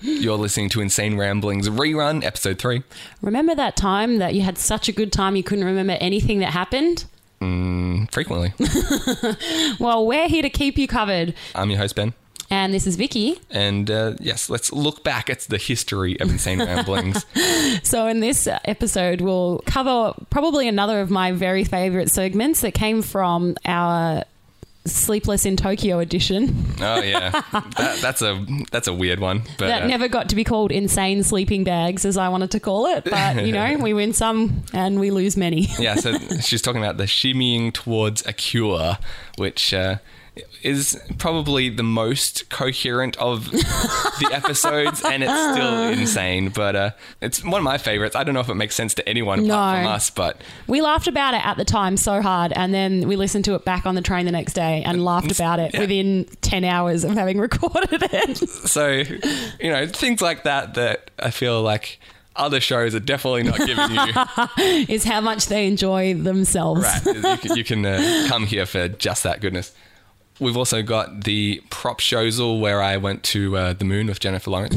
You're listening to Insane Ramblings Rerun, Episode 3. Remember that time that you had such a good time you couldn't remember anything that happened? Frequently. Well, we're here to keep you covered. I'm your host, Ben. And this is Vicky. And uh, yes, let's look back at the history of Insane Ramblings. So, in this episode, we'll cover probably another of my very favorite segments that came from our Sleepless in Tokyo edition oh, yeah. That, that's, a, that's a weird one. But that uh, never got to be called Insane Sleeping Bags, as I wanted to call it. But, you know, we win some and we lose many. yeah, so she's talking about the shimmying towards a cure, which uh, is probably the most coherent of the episodes, and it's still insane. But uh, it's one of my favorites. I don't know if it makes sense to anyone apart No. from us, but We laughed about it at the time so hard, and then we listened to it back on the train the next day and laughed about it within 10 hours of having recorded it. so you know things like that that I feel like other shows are definitely not giving you. is how much they enjoy themselves. Right, you can, you can uh, come here for just that goodness. We've also got the prop showsel where I went to uh, the moon with Jennifer Lawrence.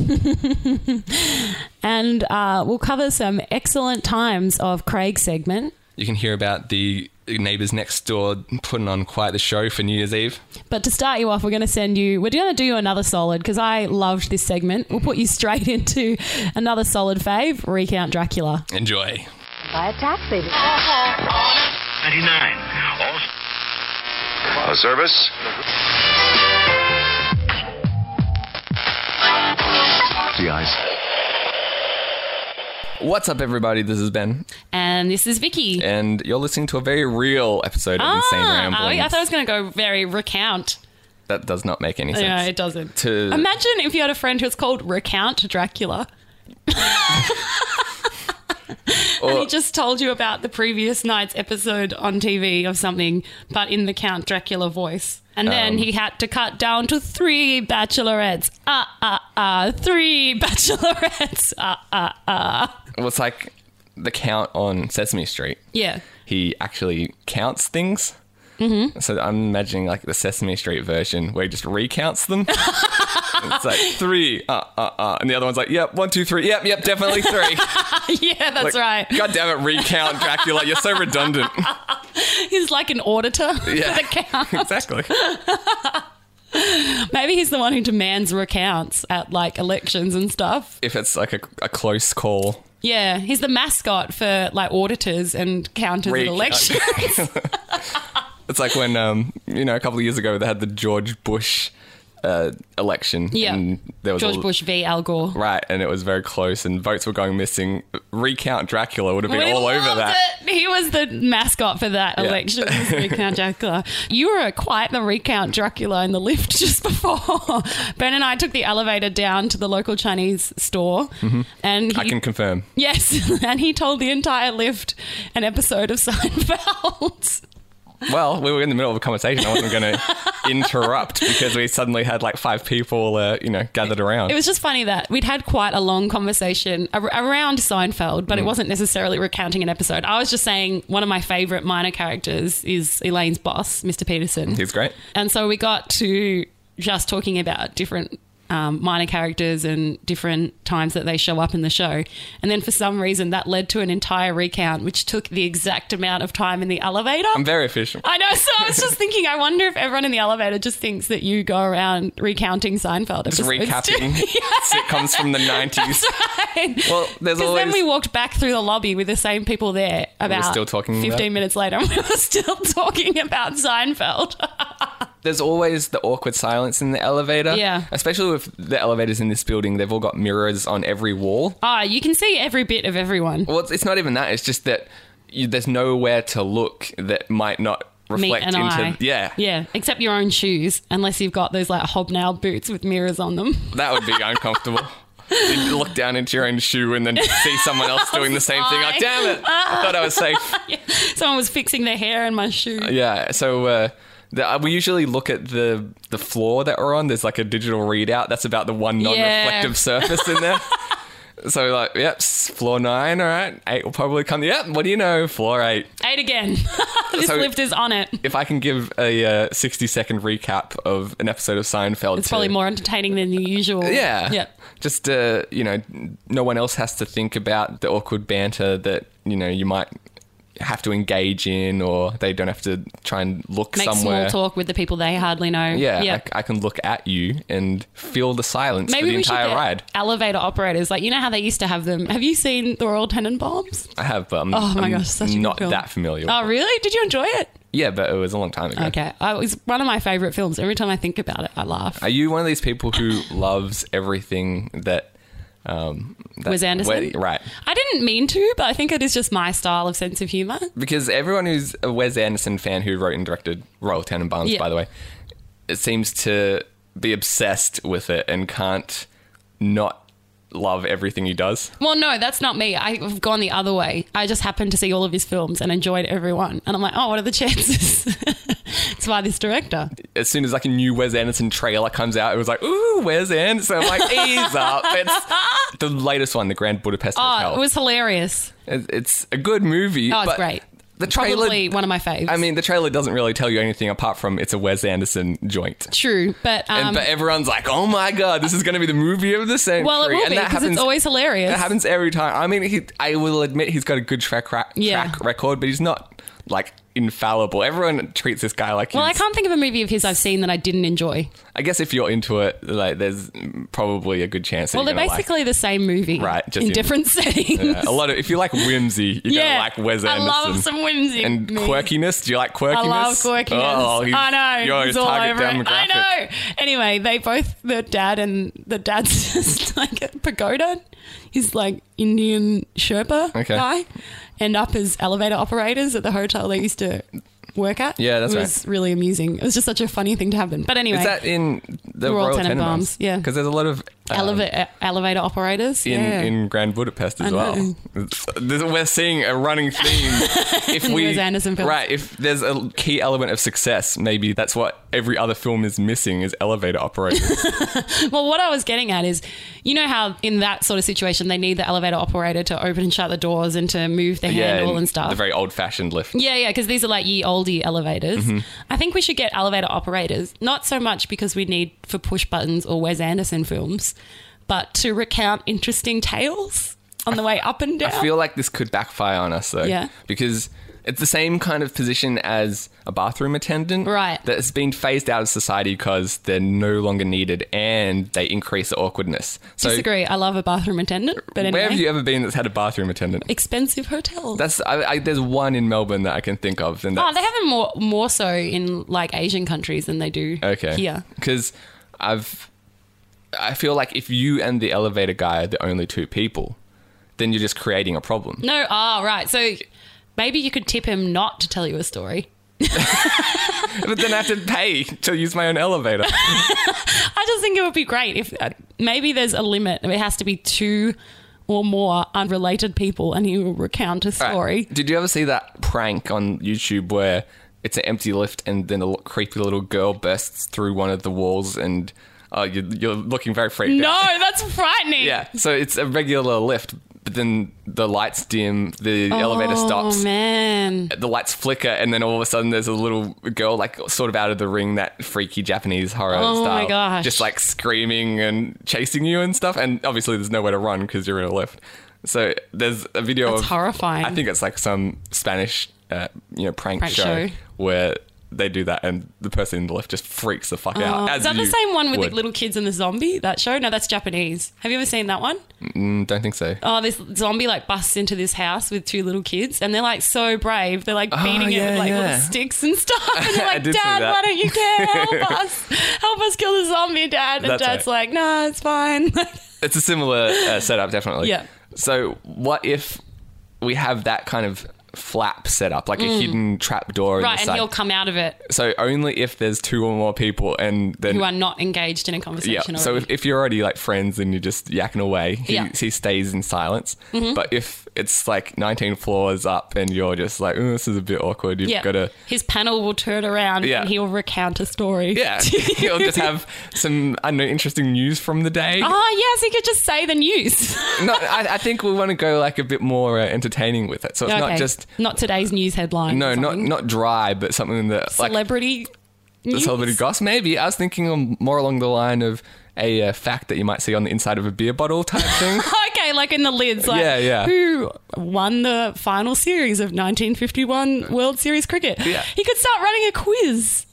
And uh, we'll cover some excellent times of Craig's segment. You can hear about the neighbors next door putting on quite the show for New Year's Eve. But to start you off, we're going to send you, we're going to do you another solid because I loved this segment. We'll put you straight into another solid fave, Recount Dracula. Enjoy. by a taxi. 99. All A service? The eyes. What's up, everybody? This is Ben, And this is Vicky. and you're listening to a very real episode of Insane Ramblings. Ah, I thought it was going to go very recount. that does not make any sense. No, it doesn't. To- Imagine if you had a friend who was called Recount Dracula. and he just told you about the previous night's episode on TV of something, but in the Count Dracula voice. And Um, then he had to cut down to three bachelorettes. Ah, ah, ah. Three bachelorettes. Ah, ah, ah. Well, it's like the count on Sesame Street. Yeah. He actually counts things. Mm-hmm. So I'm imagining like the Sesame Street version where he just recounts them. it's like three, uh, uh, uh, and the other one's like, yep, one, two, three, yep, yep, definitely three. Yeah, that's right. God damn it, recount Dracula. You're so redundant. He's like an auditor Yeah. for the count. exactly. Maybe he's the one who demands recounts at like elections and stuff. If it's like a, a close call. Yeah, he's the mascot for like auditors and counters at Recount. elections. It's like when, um, you know, a couple of years ago they had the George Bush uh, election. Yeah. And there was George all- Bush v. Al Gore. Right, and it was very close, and votes were going missing. Recount Dracula would have been We all over loved that. it. He was the mascot for that election, was Recount Dracula. You were quite the Recount Dracula in the lift just before. Ben and I took the elevator down to the local Chinese store, and he, Mm-hmm. I can confirm. yes, and he told the entire lift an episode of Seinfeld. Well, we were in the middle of a conversation. I wasn't going to interrupt because we suddenly had like five people, uh, you know, gathered around. It was just funny that we'd had quite a long conversation ar- around Seinfeld, Mm. but it wasn't necessarily recounting an episode. I was just saying one of my favorite minor characters is Elaine's boss, Mr. Peterson. He's great. And so we got to just talking about different um, minor characters and different times that they show up in the show. And then for some reason, that led to an entire recount, which took the exact amount of time in the elevator. I'm very efficient. I know. So I was just thinking, I wonder if everyone in the elevator just thinks that you go around recounting Seinfeld Just episodes. recapping too. sitcoms from the 90s. Well, there's Because always. then we walked back through the lobby with the same people there about still talking 15 about- minutes later and we were still talking about Seinfeld. there's always the awkward silence in the elevator. Yeah. Especially with the elevators in this building, they've all got mirrors on every wall. Ah, you can see every bit of everyone. Well, it's, it's not even that. It's just that you, there's nowhere to look that might not Me reflect and into. I. Yeah. Yeah. Except your own shoes, unless you've got those like hobnail boots with mirrors on them. That would be uncomfortable. You look down into your own shoe and then see someone else doing the same thing. Like, damn it! I thought I was safe. Someone was fixing their hair in my shoe. Yeah. So uh, the, uh, we usually look at the the floor that we're on. There's like a digital readout. That's about the one non-reflective surface in there. So we're like, yep, s- floor nine, all right. Eight will probably come. Yep, what do you know? Floor eight. Eight again. this So- lift is on it. If I can give a uh, 60 second recap of an episode of Seinfeld, It's probably to- more entertaining than the usual. Yeah. Yep. Just, uh, you know, no one else has to think about the awkward banter that, you know, you might have to engage in or they don't have to try and look Make somewhere. small talk with the people they hardly know. Yeah, Yep. I, I can look at you and feel the silence Maybe for the we should entire get ride. elevator operators. Like you know how they used to have them. Have you seen the Royal Tenenbaums? I have, but I'm, Oh my I'm gosh, such a good not film. that familiar. with Oh it. really? Did you enjoy it? Yeah, but it was a long time ago. Okay, I, it was one of my favorite films. Every time I think about it, I laugh. Are you one of these people who loves everything that, um, that Wes Anderson? Wait, right? I didn't mean to, but I think it is just my style of sense of humor. Because everyone who's a Wes Anderson fan who wrote and directed Royal Tenenbaums, Yeah. by the way, it seems to be obsessed with it and can't not love everything he does. Well, no, that's not me. I've gone the other way. I just happened to see all of his films and enjoyed every one. And I'm like, oh, what are the chances? it's by this director. As soon as like a new Wes Anderson trailer comes out, it was like, "Ooh, Wes Anderson!" I'm like, "Ease up!" It's the latest one, the Grand Budapest Oh, Hotel. it was hilarious. It- it's a good movie. Oh, it's but great. The trailer. Probably one of my faves. I mean, the trailer doesn't really tell you anything apart from it's a Wes Anderson joint. true, but And, um, but everyone's like, "Oh my god, this is going to be the movie of the century!" well, it will and be that because happens. it's always hilarious. it happens every time. I mean, he, I will admit he's got a good track, ra- Yeah. track record, but he's not like infallible. Everyone treats this guy like. Well, I he's, can't think of a movie of his I've seen that I didn't enjoy. I guess if you're into it, like, there's probably a good chance. That Well, you're they're gonna like basically the same movie, Right, just in, in- different settings. it. a lot of. If you like whimsy, you're Yeah. gonna like Wes I Anderson. love some whimsy and movies. quirkiness. Do you like quirkiness? I love quirkiness. Oh, he's- I know. You're He's his all target over it. demographic. I know. Anyway, they both the dad and the dad's just like a pagoda. He's like Indian Sherpa Okay. guy. End up as elevator operators at the hotel they used to work at. Yeah, that's it was really amusing. It was just such a funny thing to happen. But anyway, Is that in the Royal Royal, Tenenbaums, Tenenbaums? yeah. because there's a lot of um, eleva- e, elevator operators in yeah. in Grand Budapest as I well. know. This- We're seeing a running theme. if we Wes Anderson films. right, if there's a key element of success, maybe that's what every other film is missing is elevator operators. Well, what I was getting at is, you know how in that sort of situation they need the elevator operator to open and shut the doors and to move the handle and stuff. The very old-fashioned lift. yeah, yeah, because these are like ye oldie elevators. Mm-hmm. I think we should get elevator operators, not so much because we need for push buttons or Wes Anderson films, but to recount interesting tales on the way up and down. I feel like this could backfire on us though. Yeah. Because it's the same kind of position as a bathroom attendant. Right. That's been phased out of society because they're no longer needed and they increase the awkwardness. So Disagree. I love a bathroom attendant, but where anyway, have you ever been that's had a bathroom attendant? expensive hotels. That's I, I, there's one in Melbourne that I can think of. And Oh, that's, they have them more more so in like Asian countries than they do okay. Um, here. Because I've I feel like if you and the elevator guy are the only two people, then you're just creating a problem. No. Oh, right. So maybe you could tip him not to tell you a story. but then I have to pay to use my own elevator. I just think it would be great if uh, maybe there's a limit. It has to be two or more unrelated people, and he will recount a Right. story. Did you ever see that prank on YouTube where it's an empty lift and then a l- creepy little girl bursts through one of the walls and uh, you're, you're looking very freaked No, out? that's frightening. Yeah, so it's a regular lift, but then the lights dim, the elevator Oh stops, man. the lights flicker, and then all of a sudden there's a little girl, like, sort of out of the ring, that freaky Japanese horror Oh style. my gosh. Just like screaming and chasing you and stuff. And obviously, there's nowhere to run because you're in a lift. So there's a video That's of. horrifying. I think it's like some Spanish, uh, you know, prank, Prank show, show. where they do that, and the person in the lift just freaks the fuck Oh, out. is As that the you same one with would. the little kids and the zombie? That show? No, that's Japanese. Have you ever seen that one? Mm, Don't think so. Oh, this zombie like busts into this house with two little kids, and they're like so brave. They're like beating it yeah, with like Oh, yeah. little sticks and stuff. And they're I like, did see Dad, that." why don't you care? Help us! Help us kill the zombie, Dad. And That's Dad's right. like, No, it's fine. It's a similar uh, setup, definitely. Yeah. So what if we have that kind of flap set up, like a hidden trap door. in the Mm. Right, and side. he'll come out of it so only if there's two or more people, and then who are not engaged in a conversation. yeah. So already. if, if you're already like friends and you're just yakking away, he, Yeah. Mm-hmm. he stays in silence. But if it's like 19 floors up and you're just like, "Ooh, this is a bit awkward, you've yeah. got to. His panel will turn around Yeah. and he'll recount a story. Yeah, he'll just have some I don't know interesting news from the day. Oh, yes, he could just say the news. No, I, I think we want to go like a bit more uh, entertaining with it. So it's Okay. not just not today's news headline. no, or not something. not dry, but something that like celebrity. news? celebrity gossip. Maybe I was thinking um, more along the line of a uh, fact that you might see on the inside of a beer bottle type thing. Okay, like in the lids, like Yeah, yeah. who won the final series of 1951 World Series cricket? Yeah. He could start running a quiz.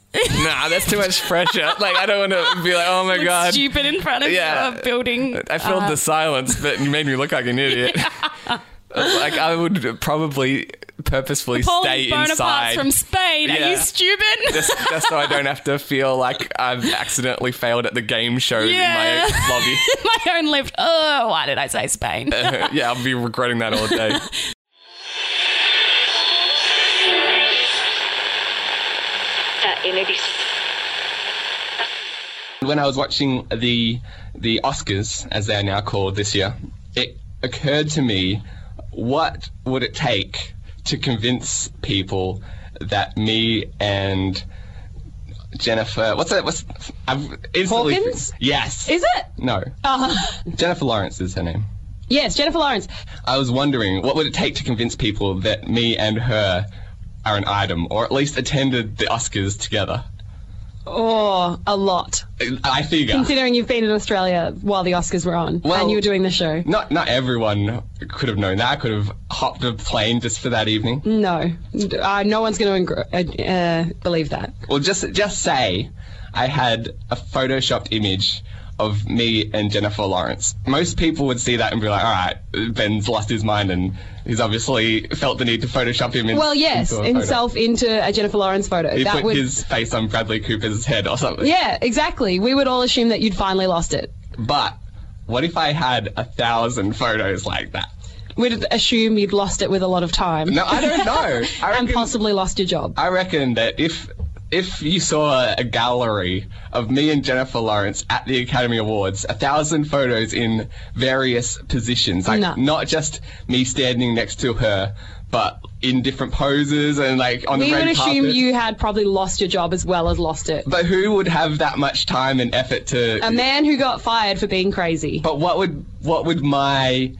nah, that's too much pressure. Like I don't want to be like, oh my Look god, Stupid in front of Yeah. a building. Uh, I filled the silence, but you made me look like an idiot. like I would probably purposefully Napoleon stay Bonaparte inside. from Spain. Are Yeah. you stupid? just, just so I don't have to feel like I've accidentally failed at the game show Yeah. in my lobby. My own left. Oh, why did I say Spain? Uh-huh. yeah, I'll be regretting that all day. when I was watching the the Oscars, as they are now called this year, it occurred to me, what would it take to convince people that me and Jennifer, what's that? What's I've instantly Hawkins? Yes. Is it? no. Uh, Jennifer Lawrence is her name. yes, Jennifer Lawrence. I was wondering, what would it take to convince people that me and her are an item, or at least attended the Oscars together? Oh, a lot. I figure. Considering you've been in Australia while the Oscars were on Well- and you were doing the show. Not not everyone could have known that. I could have hopped a plane just for that evening. No, uh, no one's going to uh, believe that. Well, just just say I had a photoshopped image of me and Jennifer Lawrence. Most people would see that and be like, "All right, Ben's lost his mind and he's obviously felt the need to photoshop him." In, Well, yes, into a photo." himself into a Jennifer Lawrence photo. He that put would. his face on Bradley Cooper's head or something. yeah, exactly. We would all assume that you'd finally lost it. But what if I had a thousand photos like that? We'd assume you'd lost it with a lot of time No, I don't know. I and reckon- possibly lost your job. I reckon that if if you saw a gallery of me and Jennifer Lawrence at the Academy Awards, a thousand photos in various positions, like No. not just me standing next to her, but in different poses and like on we the red would assume carpet. you had probably lost your job as well as lost it. but who would have that much time and effort to? A man who got fired for being crazy. but what would what would my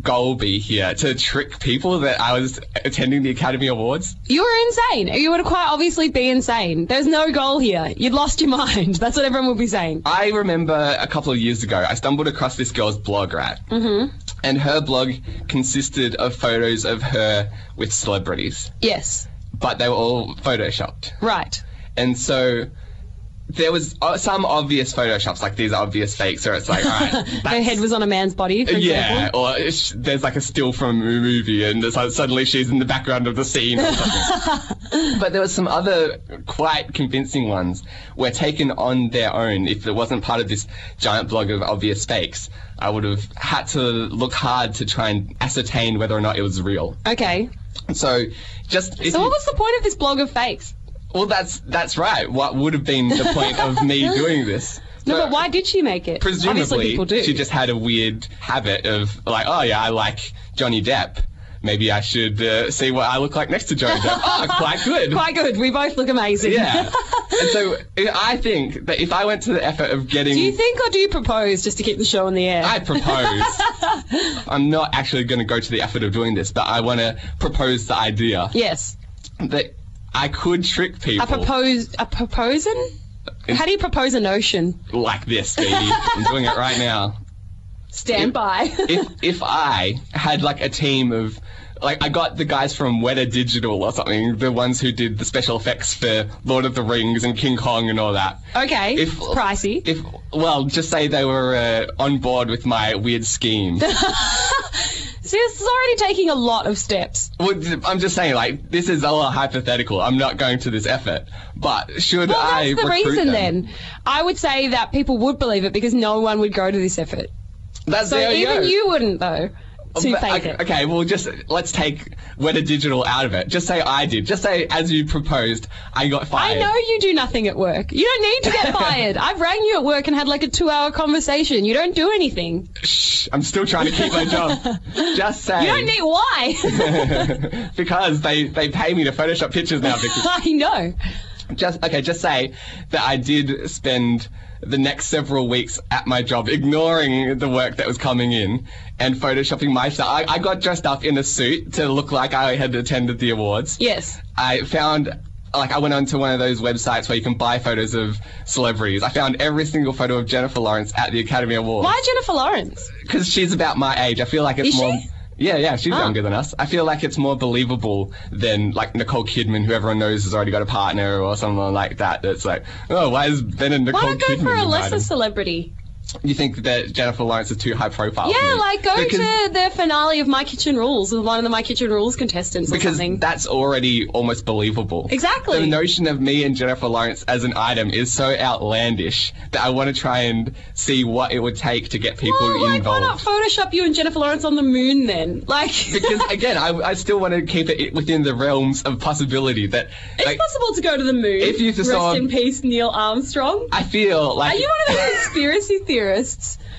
goal be here to trick people that I was attending the Academy Awards? You were insane. You would quite obviously be insane. There's no goal here. You'd lost your mind. That's what everyone would be saying. I remember a couple of years ago, I stumbled across this girl's blog, right? Mm-hmm. And her blog consisted of photos of her with celebrities, Yes. but they were all photoshopped. Right. And so there was uh, some obvious photoshops, like these are obvious fakes, where it's like, all right, Her that's- head was on a man's body, for yeah, example. or it's, there's like a still from a movie, and it's like suddenly she's in the background of the scene. Or something. but there were some other quite convincing ones were taken on their own. If it wasn't part of this giant blog of obvious fakes, I would have had to look hard to try and ascertain whether or not it was real. Okay. So, just if So you- what was the point of this blog of fakes? well, that's that's right. What would have been the point of me doing this? No, but why did she make it? Obviously presumably people do. she just had a weird habit of like, oh yeah, I like Johnny Depp. Maybe I should uh, see what I look like next to Johnny Depp. Oh, quite good. Quite good. We both look amazing. yeah. and so I think that if I went to the effort of getting, Do you think or do you propose just to keep the show on the air? I propose. I'm not actually going to go to the effort of doing this, but I want to propose the idea yes. that I could trick A people propose a proposing? How do you propose a notion? like this, baby. I'm doing it right now. Stand by. if if I had like a team of like I got the guys from Weta Digital or something, the ones who did the special effects for Lord of the Rings and King Kong and all that. okay. If- It's pricey. If well, just say they were uh, on board with my weird scheme. See, this is already taking a lot of steps. well, I'm just saying, like this is all hypothetical. I'm not going to this effort. But should Well, I that's the recruit reason them? then. I would say that people would believe it because no one would go to this effort. That's So the even idea. you wouldn't, though. to But, fake okay, it. Okay, well, just let's take Weta Digital out of it. Just say I did. Just say, as you proposed, I got I fired. know you do nothing at work. You don't need to get fired. I've rang you at work and had like a two hour conversation. You don't do anything. Shh, I'm still trying to keep my job. just say. You don't need why. because they, they pay me to Photoshop pictures now, Vicky. I know. just okay just say that i did spend the next several weeks at my job ignoring the work that was coming in and photoshopping my stuff I, I got dressed up in a suit to look like i had attended the awards Yes. i found like I went onto one of those websites where you can buy photos of celebrities. I found every single photo of Jennifer Lawrence at the Academy Awards Why Jennifer Lawrence? because she's about my age. I feel like it's Is more. she? Yeah, yeah, Ah. she's younger than us. I feel like it's more believable than like Nicole Kidman, who everyone knows has already got a partner or someone like that. That's like, oh, why is Ben and Nicole Why not go Kidman? for a lesser united? celebrity? You think that Jennifer Lawrence is too high profile? for Yeah, you? like go because, to the finale of My Kitchen Rules with one of the My Kitchen Rules contestants or because something. that's already almost believable. Exactly. The notion of me and Jennifer Lawrence as an item is so outlandish that I want to try and see what it would take to get people Oh, like, why involved. not Photoshop you and Jennifer Lawrence on the moon then? Like, because again, I, I still want to keep it within the realms of possibility that it's like, possible to go to the moon. If you Rest saw- in peace, Neil Armstrong. I feel like Are you one of those conspiracy theorists?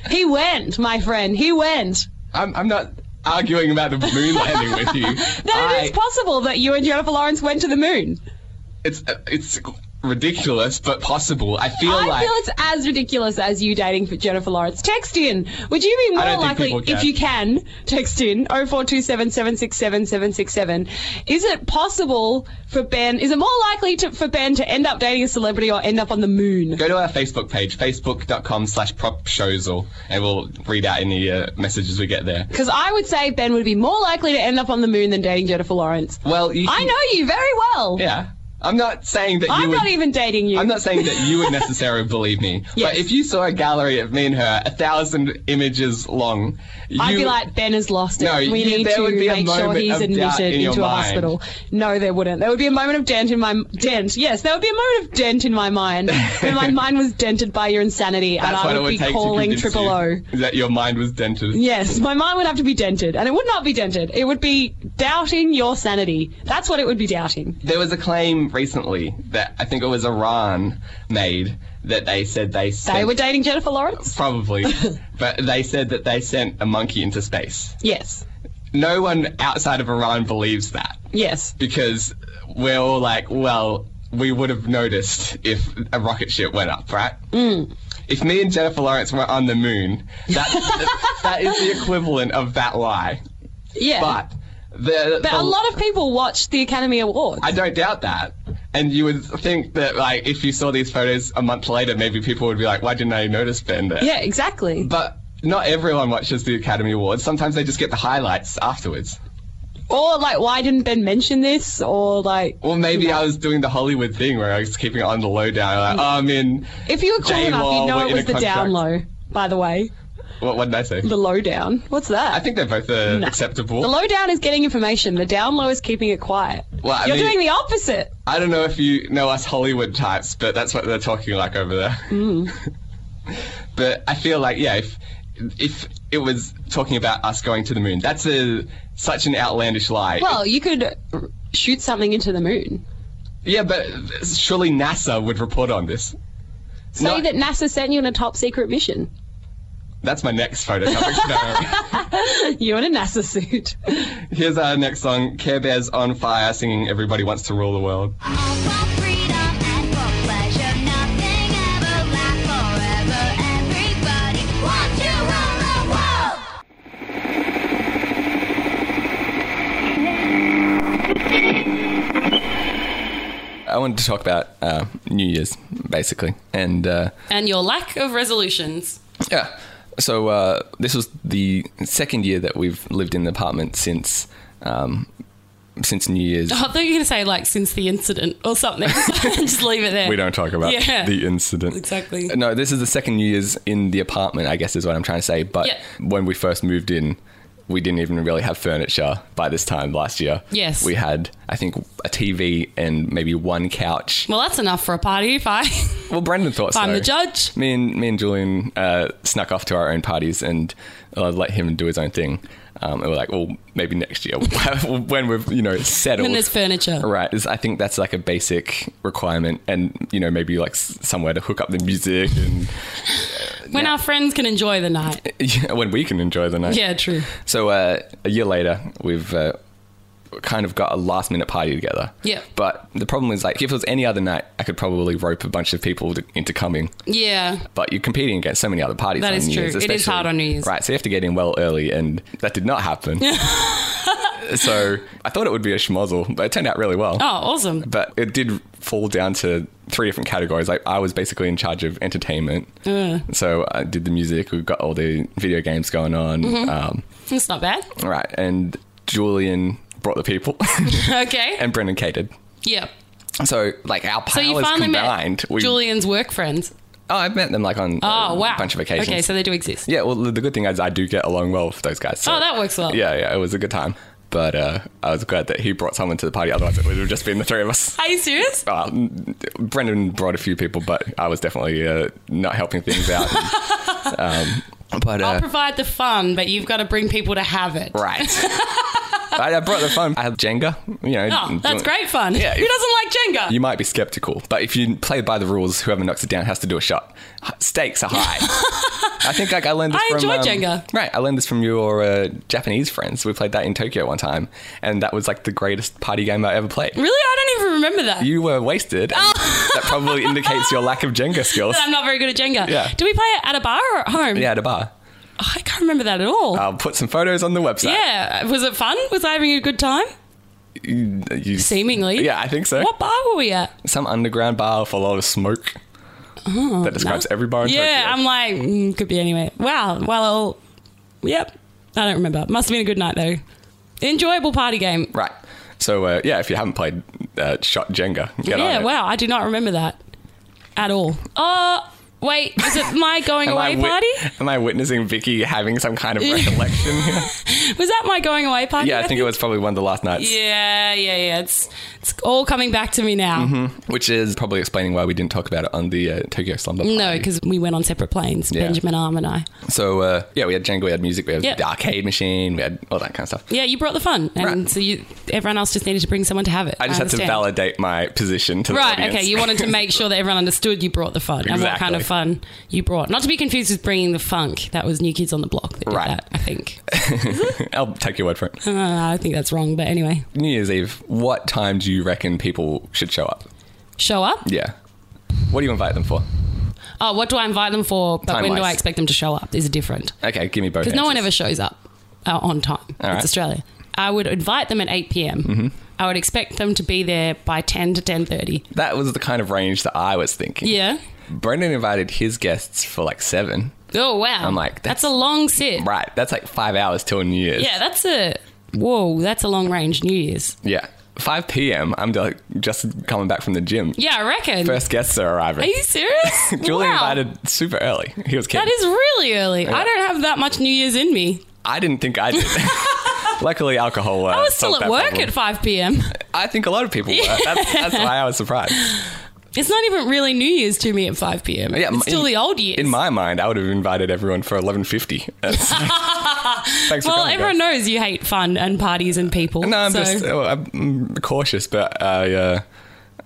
He went, my friend. He went. I'm, I'm not arguing about the moon landing with you. That it I- is possible that you and Jennifer Lawrence went to the moon. It's uh, it's ridiculous, but possible. I feel I like feel it's as ridiculous as you dating for Jennifer Lawrence. Text in. Would you be I more don't think likely, people can. if you can, text in 0427 767 767. Is it possible for Ben, is it more likely to, for Ben to end up dating a celebrity or end up on the moon? go to our Facebook page, facebook.com slash prop shows, or and we'll read out any uh, messages we get there. Because I would say Ben would be more likely to end up on the moon than dating Jennifer Lawrence. Well, you I can- know you very well. Yeah, I'm not saying that you I'm would. not even dating you. I'm not saying that you would necessarily believe me, Yes. but if you saw a gallery of me and her, a thousand images long, I'd you- be like, Ben has lost it. No, we you- need there to would be a make sure moment he's of doubt admitted in your into a mind. hospital. No, there wouldn't. There would be a moment of dent in my dent. Yes, there would be a moment of dent in my mind when my mind was dented by your insanity, and That's I what would, it would be take to calling convince Triple O. you that your mind was dented. Yes, my mind would have to be dented, and it would not be dented. It would be doubting your sanity. That's what it would be doubting. There was a claim recently that I think it was Iran made that they said they sent, They were dating Jennifer Lawrence. probably, but they said that they sent a monkey into space. Yes, No one outside of Iran believes that yes. because we're all like, well, we would have noticed if a rocket ship went up, right? Mm. If me and Jennifer Lawrence were on the moon, that, that is the equivalent of that lie. Yeah, But the, But the a lot of people watched the Academy Awards. I don't doubt that. And you would think that, like, if you saw these photos a month later, maybe people would be like, why didn't I notice Ben there? yeah, exactly. But not everyone watches the Academy Awards. Sometimes they just get the highlights afterwards. Or like, why didn't Ben mention this? Or like, Or maybe I was doing the Hollywood thing where I was keeping it on the lowdown. Like, oh, I'm in. If you were cool Jay enough, Law you'd know were it in was a the contract. down low, by the way. What, what did I say? The lowdown. What's that? I think they're both uh, acceptable. the lowdown is getting information. The down low is keeping it quiet. Well, I You're mean- doing the opposite. I don't know if you know us Hollywood types, but that's what they're talking like over there. but I feel like yeah, if if it was talking about us going to the moon, that's a such an outlandish lie. Well, you could r- shoot something into the moon. yeah, but surely NASA would report on this. Say No, that NASA sent you on a top secret mission. That's my next photo. No. You're in a NASA suit. Here's our next song, Care Bears on Fire, singing "Everybody Wants to Rule the World." All for freedom and for pleasure, nothing ever lasts forever. Everybody wants to rule the world. I wanted to talk about uh, New Year's, basically. And uh, And your lack of resolutions. yeah, so uh, this was the second year that we've lived in the apartment since. Um, since New Year's, Oh, I thought you were going to say, like, since the incident or something. Just leave it there. we don't talk about Yeah. the incident. Uh, Exactly. No, this is the second New Year's in the apartment, I guess is what I'm trying to say. But Yeah. when we first moved in, we didn't even really have furniture by this time last year. Yes. We had, I think, a TV and maybe one couch. Well, that's enough for a party if I Well, Brendan thought if I'm so. the judge. Me and me and Julian uh, snuck off to our own parties and uh, let him do his own thing. Um, and we're like, well, maybe next year when we're you know settled. When there's furniture. Right. is- I think that's like a basic requirement, and you know maybe like s- somewhere to hook up the music and When our friends can enjoy the night. yeah, when we can enjoy the night. Yeah, true. So uh, a year later, we've uh, kind of got a last minute party together. Yeah. But the problem is like if it was any other night, I could probably rope a bunch of people to, into coming. Yeah. But you're competing against so many other parties. That on is New true. Year's, It is especially- hard on New Year's. Right. So you have to get in well early, and that did not happen. so I thought it would be a schmozzle, but it turned out really well. Oh, awesome. But it did fall down to three different categories. Like I was basically in charge of entertainment, so I did the music. We've got all the video games going on. Mm-hmm. Um, It's not bad. Right, and Julian brought the people, Okay. and Brendan catered. yeah. So, like our So powers you finally combined, met Julian's work friends. Oh, I've met them like on Oh, a wow. bunch of occasions. Okay, so they do exist. yeah, well, the the good thing is I do get along well with those guys. so- Oh, that works well. Yeah, yeah, it was a good time. But uh, I was glad that he brought someone to the party. Otherwise, it would have just been the three of us. Are you serious? Uh, Brendan brought a few people, but I was definitely uh, not helping things out. um, but uh, I'll provide the fun, but you've got to bring people to have it. Right. I, I brought the phone. I have Jenga. You know, Oh, that's doing- great fun. Yeah, Who if- doesn't like Jenga? You might be skeptical, but if you play by the rules, whoever knocks it down has to do a shot. H- Stakes are high. I think like I learned this I from enjoy um, Jenga. Right, I learned this from your uh, Japanese friends. We played that in Tokyo one time, and that was like the greatest party game I ever played. really? I don't even remember that. You were wasted. and Oh. that probably indicates your lack of Jenga skills. That I'm not very good at Jenga. Yeah. Do we play it at a bar or at home? Yeah, Uh, at a bar. Oh, I can't remember that at all. I'll put some photos on the website. yeah. Was it fun? Was I having a good time? You, you- Seemingly. Yeah, I think so. What bar were we at? some underground bar full of smoke. that describes every bar in Oh, Yeah, Tokyo. I'm like, mm, could be anyway. Wow. Well, yep. I don't remember. Must have been a good night, though. Enjoyable party game. right. So uh, yeah, if you haven't played uh, Shot Jenga, get on yeah, it. wow. I do not remember that at all. Oh, wait. Is it my going Am I away wit- party? Am I witnessing Vicky having some kind of recollection? here? Was that my going away party? yeah, I think it was probably one of the last nights, Yeah, yeah, yeah. It's, it's all coming back to me now. Mm-hmm. which is probably explaining why we didn't talk about it on the uh, Tokyo Slumber. No, Party. because we went on separate planes, Yeah. Benjamin Arm and I. so uh, yeah, we had Jenga, we had music, we had Yep. the arcade machine, we had all that kind of stuff. Yeah, you brought the fun. And Right. so you, everyone else just needed to bring someone to have it. I just had to understand. validate my position to the Right, audience. okay. You wanted to make sure that everyone understood you brought the fun and what Exactly. kind of fun you brought. Not to be confused with bringing the funk. That was New Kids on the Block that did Right. that, I think. I'll take your word for it. Uh, I think that's wrong, but anyway. New Year's Eve. What time do you reckon people should show up? Show up. Yeah. What do you invite them for? Oh, what do I invite them for? But when do Time-wise. I expect them to show up is different. Okay, give me both. Because no one ever answers. shows up uh, on time. All it's right. Mm-hmm. Australia. I would invite them at 8 p.m. I would expect them to be there by 10 to 10.30. That was the kind of range that I was thinking. Yeah. Brendan invited his guests for like seven. Oh, wow. I'm like, that's, that's- a long sit. Right. That's like five hours till New Year's. Yeah, that's a... Whoa, that's a long range New Year's. Yeah. 5 p.m. I'm like just coming back from the gym. Yeah, I reckon. First guests are arriving. Are you serious? Julian Wow. invited super early. He was kidding. That is really early. I don't have that much New Year's in me. I didn't think I did. Luckily, alcohol. Uh, I was still at work at 5 p.m. I think a lot of people were. That's, that's why I was surprised. It's not even really New Year's to me at 5 p.m. Yeah, it's in- still the old years. In my mind, I would have invited everyone for 11:50. That's- Thanks for well, coming, everyone guys. knows you hate fun and parties and people. No, I'm so just oh, I'm cautious, but I, uh,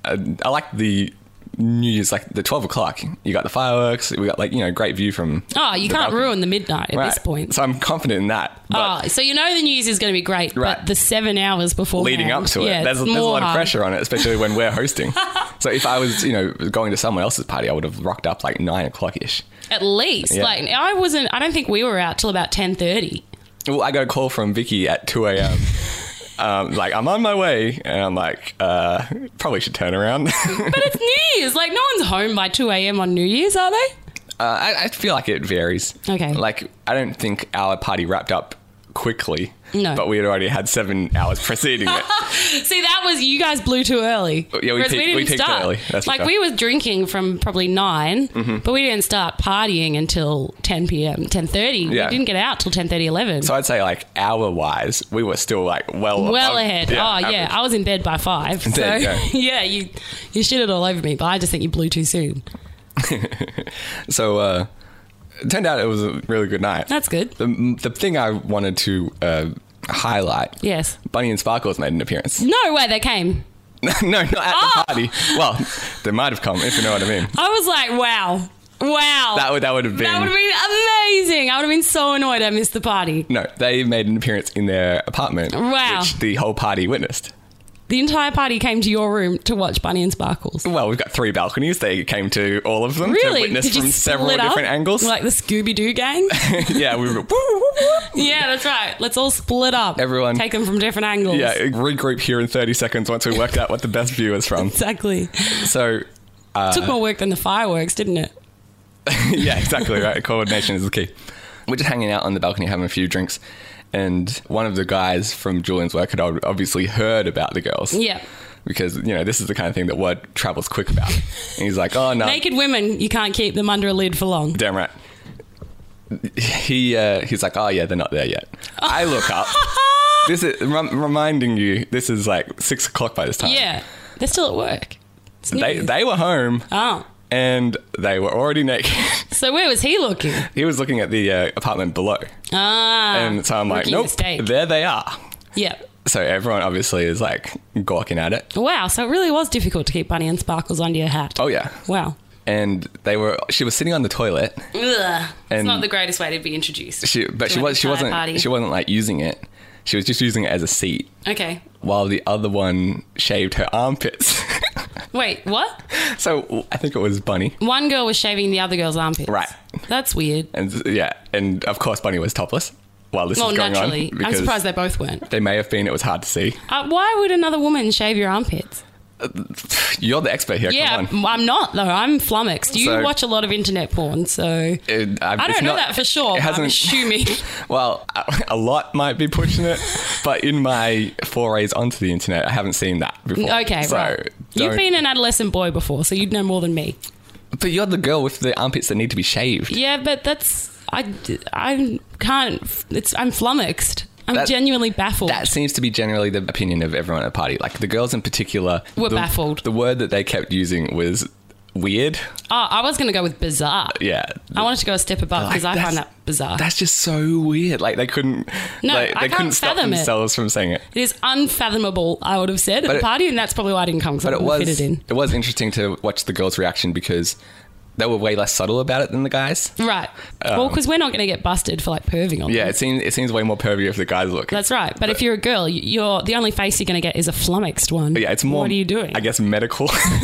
I I like the New Year's like the twelve o'clock. You got the fireworks. We got like you know great view from. oh, you the can't balcony. ruin the midnight at Right. this point. So I'm confident in that. But oh, so you know the New Year's is going to be great, but Right. the seven hours before leading up to it, yeah, there's, it's there's a more lot of hard. pressure on it, especially when we're hosting. so if I was you know going to someone else's party, I would have rocked up like nine o'clock ish. At least, Yeah. like I wasn't. I don't think we were out till about ten thirty. Well, I got a call from Vicky at 2 a.m. Um, like I'm on my way, and I'm like, uh, probably should turn around. uh, But it's New Year's. Like no one's home by two a.m. on New Year's, are they? I, I Uh, feel like it varies. Okay. Like I don't think our party wrapped up quickly. No. But we had already had seven hours preceding it. See, that was you guys blew too early. Oh, yeah, we Whereas peaked- didn't we peaked start. early, that's for like sure. Mm-hmm. we were drinking from probably 9 but we didn't start partying until ten p.m., ten thirty. Yeah. We didn't get out till 10.30, 11. So I'd say, like, hour wise, we were still, like, well well above- ahead. oh yeah, average. I was in bed by five. So There you go. yeah, you you shit it all over me, but I just think you blew too soon. So, uh, it turned out it was a really good night. That's good. the, the thing I wanted to uh, highlight. Yes. Bunny and Sparkles made an appearance. No way they came. no, not at Oh. the party. Well, they might have come, if you know what I mean. I was like, wow, wow. That would that would have been. Oh, That would have been amazing. I would have been so annoyed I missed the party. no, they made an appearance in their apartment, Wow. which the whole party witnessed. The entire party came to your room to watch Bunny and Sparkles. Well, we've got three balconies. They came to all of them to Really? witness Did you from several split up different angles. Like the Scooby Doo gang? yeah, we were. woo, woo, woo. yeah, that's right. Let's all split up. Everyone- Take them from different angles. Yeah, regroup here in 30 seconds once we worked out what the best view is from. Exactly. So, Uh, Took more work than the fireworks, didn't it? yeah, exactly right. Coordination is the key. We're just hanging out on the balcony having a few drinks, and one of the guys from Julian's work had ob- obviously heard about the girls. Yeah. Because you know this is the kind of thing that word travels quick about, and he's like, "Oh no, Naked women, you can't keep them under a lid for long. damn right." He uh, he's like, "Oh yeah, they're not there yet." Oh. I look up. This is rem- reminding you. This is like six o'clock by this time. yeah. They're still at work. It's They news. they were home oh. and they were already naked. So where was he looking? he was looking at the uh, apartment below, Ah. and so I'm like, rookie "Nope, mistake. there they are." yeah. So everyone obviously is like gawking at it. Wow. So it really was difficult to keep Bunny and Sparkles under your hat. Oh yeah. Wow. And they were she was sitting on the toilet. Ugh. And- it's not the greatest way to be introduced. She but To she an was she entire wasn't party. she wasn't like using it. She was just using it as a seat okay. while the other one shaved her armpits. Wait, what? so I think it was Bunny. One girl was shaving the other girl's armpits. Right. That's weird. And yeah, and of course Bunny was topless while this Well, was going naturally. on. I'm because surprised they both weren't. they may have been it was hard to see. Uh, why would another woman shave your armpits? You're the expert here, Yeah, come on. I'm not, though. I'm flummoxed. You So- watch a lot of internet porn, so. It- I, I it's don't know not- that for sure. It but I'm hasn't assuming. Well, a- a lot might be pushing it, but in my forays onto the internet, I haven't seen that before. okay, so right. don't- You've been an adolescent boy before, so you'd know more than me. but you're the girl with the armpits that need to be shaved. Yeah, but that's I. I can't. It's I'm flummoxed. I'm That- genuinely baffled. That seems to be generally the opinion of everyone at the party. Like the girls in particular Were the, baffled. The word that they kept using was weird. oh, I was going to go with bizarre. Yeah, I wanted to go a step above Like, because I find that's- that bizarre. that's just so weird. Like they couldn't. No, they, they I can't couldn't stop fathom it. themselves from saying it. It is unfathomable. I would have said at But the it- party, and that's probably why I didn't come because I But it was couldn't fit it in. it was interesting to watch the girls' reaction because they were way less subtle about it than the guys. Right. Well, well, because we're not going to get busted for like perving on. Yeah, them. it seems it seems way more pervy if the guys look. That's right. But, if you're a girl, y- you're the only face you're going to get is a flummoxed one. yeah, it's more. What are you doing? I guess medical.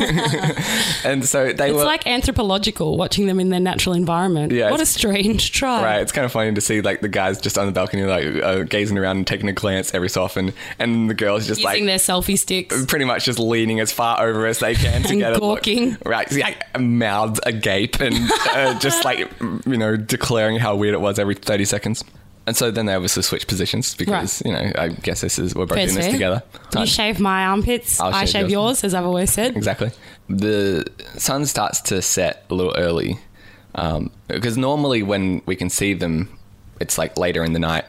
and so they It's were like anthropological, watching them in their natural environment. Yeah, what a it's- strange try. right. It's kind of funny to see like the guys just on the balcony, like uh, gazing around and taking a glance every so often, and the girls just like. Using their selfie sticks. Pretty much just leaning as far over as they can to And get a look. gawking. right? so, Like mouths agape and uh, just like you know declaring how weird it was every thirty seconds. And so then they obviously switch positions because you know I guess this is we're both Fair's in this fair. together. You shave my armpits. I'll I shave shave yours. yours, as I've always said. Exactly. The sun starts to set a little early um, because normally when we can see them, it's like later in the night.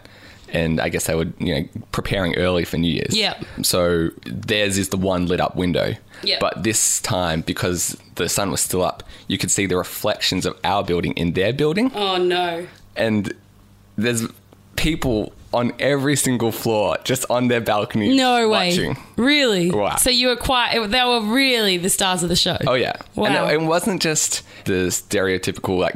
And I guess they were, you know, preparing early for New Year's. Yep. So theirs is the one lit up window. Yep. But this time, because the sun was still up, you could see the reflections of our building in their building Oh no. and there's people on every single floor just on their balcony No way. watching. Really? Wow. So you were quite, it- they were really the stars of the show. Oh yeah, and Wow. it, it wasn't just the stereotypical like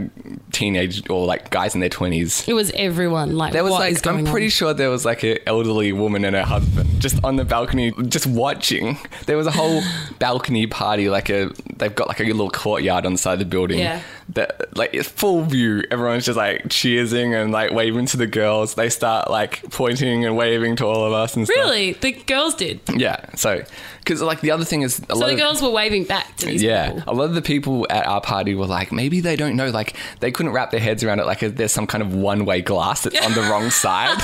teenage or like guys in their twenties. It was everyone. Like, There was what is like I'm going pretty on? sure there was like an elderly woman and her husband just on the balcony just watching. There was a whole balcony party like a they've got like a little courtyard on the side of the building. Yeah. That like it's full view. Everyone's just like cheersing and like waving to the girls. They start like pointing and waving to all of us and stuff. Really? The girls did. So Yeah. So cuz like the other thing is a lot the of girls were waving back to these yeah, people. a lot of the people at our party were like, maybe they don't know, like they couldn't wrap their heads around it. Like there's some kind of one-way glass that's on the wrong side.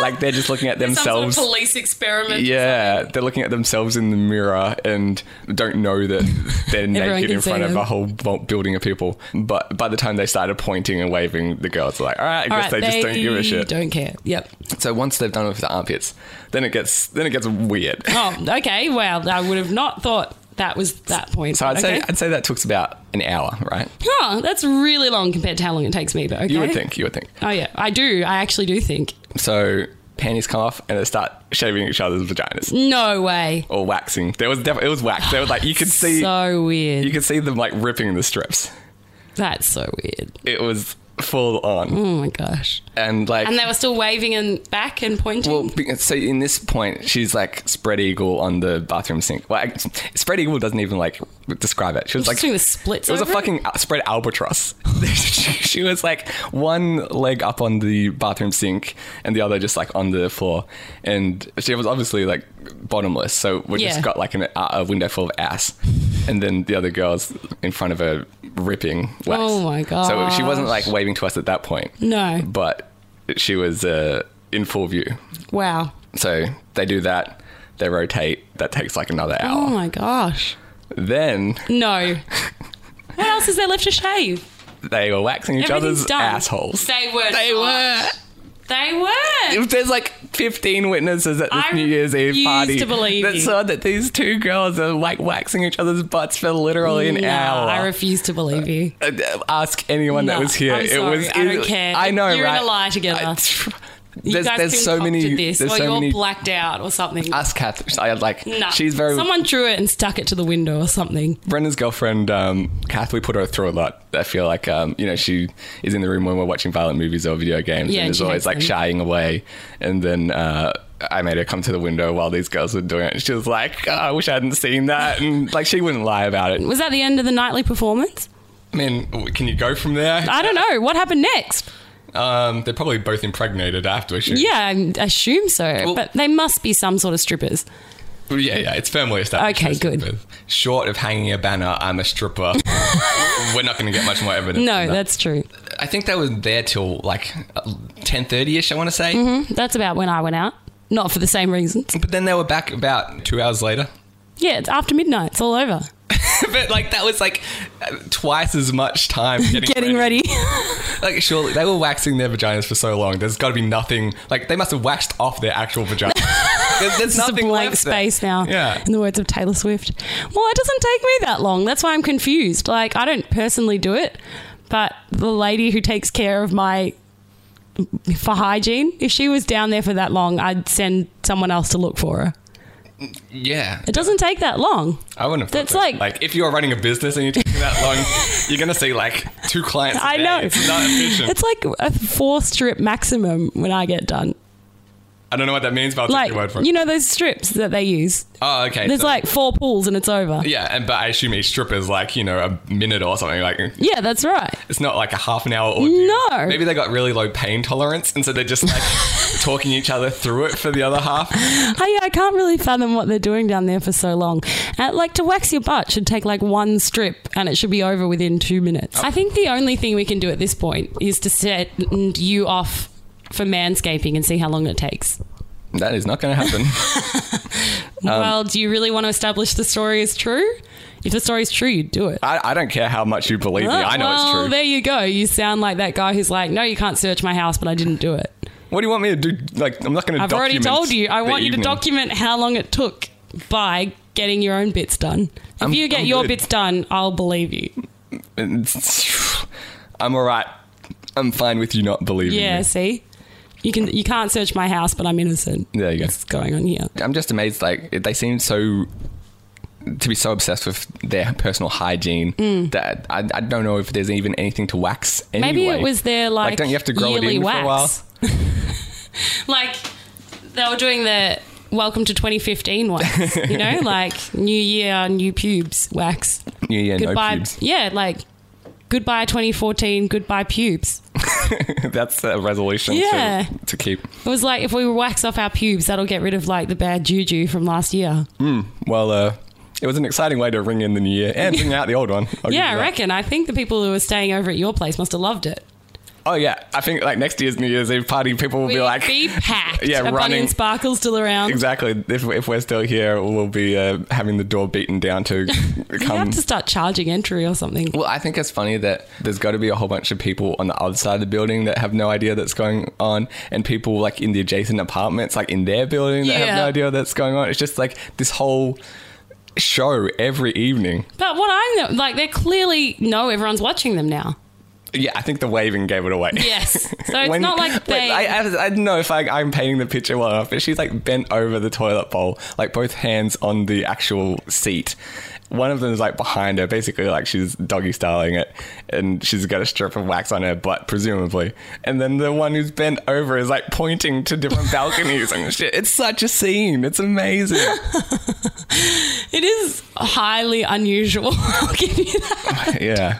like they're just looking at Ah! Some sort of themselves. police experiment. yeah, they're looking at themselves in the mirror and don't know that they're naked can in front see of them. a whole bu- building of people. But by the time they started pointing and waving, the girls are like, "All right, I All guess right, they, just don't give a shit." Don't care. Yep. So once they've done it with the armpits, then it gets then it gets weird. Oh, okay. Well, I would have not thought that was that point. So I'd say okay. I'd say that took about an hour, right? Huh, that's really long compared to how long it takes me. But okay. You would think, you would think. Oh yeah, I do. I actually do think. So panties come off and they start shaving each other's vaginas No way. or waxing. There was def- it was wax. They were like you could Oh, see so weird. you could see them like ripping the strips. that's so weird. It was full on Oh my gosh. and like And they were still waving and back and pointing. Well, because- so in this point, she's like spread eagle on the bathroom sink. Well, I- spread eagle doesn't even like describe it. She was Just like doing the splits It was a over it? fucking al- spread albatross. she, she was like one leg up on the bathroom sink and the other just like on the floor, and she was obviously like bottomless. So we Yeah. just got like an, uh, a window full of ass, and then the other girls in front of her ripping wax. Oh my So she wasn't like gosh. waving to us at that point. no. But she was uh, in full view. Wow. So they do that. They rotate. That takes like another Oh hour. my gosh. Then No. what else is there left to shave? they were waxing each Everything's other's done. assholes. They were. They were. They were. If There's like 15 witnesses at this I New Year's Eve refuse party to believe that you. saw that these two girls are like waxing each other's butts for literally an Nah, hour. I refuse to believe you. Uh, Ask anyone that Nah, was here. I'm it was. sorry, I don't it- care. I know, You're in a right? lie together. I- You there's guys there's so many. concocted This, there's or so you're many. blacked out or something. us Kath, I like. Nah. She's very. Someone drew it and stuck it to the window or something. Brenda's girlfriend, um, Kath, we put her through a lot. I feel like, um, you know, she is in the room when we're watching violent movies or video games Yeah, and and is she always hates like them. shying away. And then uh, I made her come to the window while these girls were doing it. And she was like, "Oh, I wish I hadn't seen that. And like, she wouldn't lie about it. Was that the end of the nightly performance? I mean, can you go from there? I don't know. What happened next? Um, they're probably both impregnated after. She, Yeah, I assume so. but they must be some sort of strippers. yeah, yeah. It's firmly established. Okay, good. Short of hanging a banner, I'm a stripper. we're not going to get much more evidence. No, than that. that's true. I think they were there till like uh, ten thirty ish. I want to say, That's about when I went out. Not for the same reasons. but then they were back about two hours later. Yeah, it's after midnight. It's all over. but like that was like uh, twice as much time getting, Getting ready. Like surely they were waxing their vaginas for so long. There's got to be nothing. Like they must have waxed off their actual vagina. there's there's It's a nothing blank left there. space now. Yeah. In the words of Taylor Swift. Well, it doesn't take me that long. That's why I'm confused. Like, I don't personally do it, but the lady who takes care of my for hygiene, if she was down there for that long, I'd send someone else to look for her. Yeah, It doesn't take that long. I wouldn't. Have thought That's that. like- like if you're running a business and you're taking that long, you're gonna see like two clients. a I day. know. it's not efficient. It's like a four strip maximum when I get done. I don't know what that means, but I'll take Like, your word for it. you know those strips that they use? oh, okay. There's so- like four pools and it's over. Yeah, and but I assume each strip is like you know a minute or something. Like Yeah, that's right. it's not like a half an hour ordeal. No. maybe they got really low pain tolerance, and so they're just like talking each other through it for the other half. I, Oh, I can't really fathom what they're doing down there for so long. And, like to wax your butt should take like one strip, and it should be over within two minutes. Oh. I think the only thing we can do at this point is to set you off for manscaping and see how long it takes. That is not going to happen. Um, well, do you really want to establish the story is true? If the story is true, you'd do it. I, I don't care how much you believe me. I know Uh, well, it's true. there you go. You sound like that guy who's like, "No, you can't search my house, but I didn't do it." what do you want me to do? Like I'm not going to. I've already told you. I want you to document how long it took by getting your own bits done. If I'm- you get I'm your good. bits done, I'll believe you. document. I'm all right. I'm fine with you not believing Yeah, me. see? You can you can't search my house, but I'm innocent. There you go. What's going on here? I'm just amazed. Like they seem so to be so obsessed with their personal hygiene that I, I don't know if there's even anything to wax. Anyway. Mm. Maybe it was their like, don't you have to grow it yearly in wax. for a while? like they were doing the welcome to 2015 wax, you know, like new year, new pubes wax. Yeah, yeah, Goodbye. no pubes. Yeah, like goodbye 2014, goodbye pubes. That's a resolution Yeah. to, to keep. It was like if we wax off our pubes, that'll get rid of like the bad juju from last year. Well, uh, it was an exciting way to ring in the new year and bring out the old one. I'll give Yeah, you I that. reckon. I think the people who were staying over at your place must have loved it. Oh yeah, I think like next year's New Year's Eve party, people will be We'll like, be packed. Yeah, Are Bunny running- and Sparkle still around? exactly. If, if we're still here, we'll be uh, having the door beaten down to You come. have to start charging entry or something. Well, I think it's funny that there's got to be a whole bunch of people on the other side of the building that have no idea that's going on, and people like in the adjacent apartments, like in their building, that have Yeah. no idea that's going on. It's just like this whole show every evening. But what I'm like, they clearly know everyone's watching them now. Yeah, I think the waving gave it away. Yes. So it's not like when- they- I, I, I don't know if I, I'm painting the picture well enough, but she's like bent over the toilet bowl, like both hands on the actual seat. One of them is like behind her, basically like she's doggy styling it, and she's got a strip of wax on her butt, presumably. And then the one who's bent over is like pointing to different balconies and shit. It's such a scene. It's amazing. It is highly unusual. I'll give you that. yeah.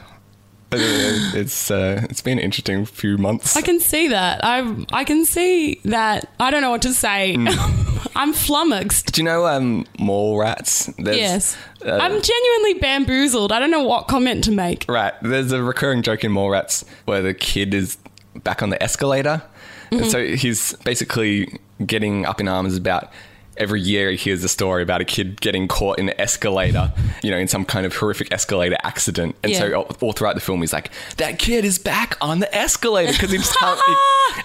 But it- It's uh, it's been an interesting few months. I can see that. I I can see that. I don't know what to say. Mm. I'm flummoxed. Do you know um, mall rats? There's, Yes. uh, I'm genuinely bamboozled. I don't know what comment to make. Right. There's a recurring joke in More Rats where the kid is back on the escalator. And so he's basically getting up in arms about every year he hears a story about a kid getting caught in an escalator, you know, in some kind of horrific escalator accident. And so Yeah. all, all throughout the film, he's like, that kid is back on the escalator because he just can't. he-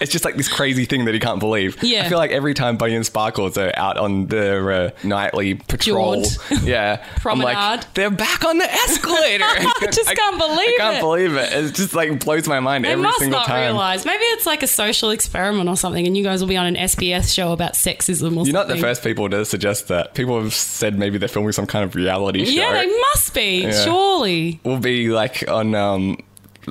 it's just like this crazy thing that he can't believe. Yeah. I feel like every time Bunny and Sparkles are out on their uh, nightly patrol, Jaunt. yeah, I'm like, Promenade. they're back on the escalator. I just can't believe I can't it. believe it. It just like blows my mind They every must single not time. realize. Maybe it's like a social experiment or something, and you guys will be on an SBS show about sexism or something. You're not the first people to suggest that. People have said maybe they're filming some kind of reality show. Yeah, they must be. Yeah. Surely. we'll be like on um,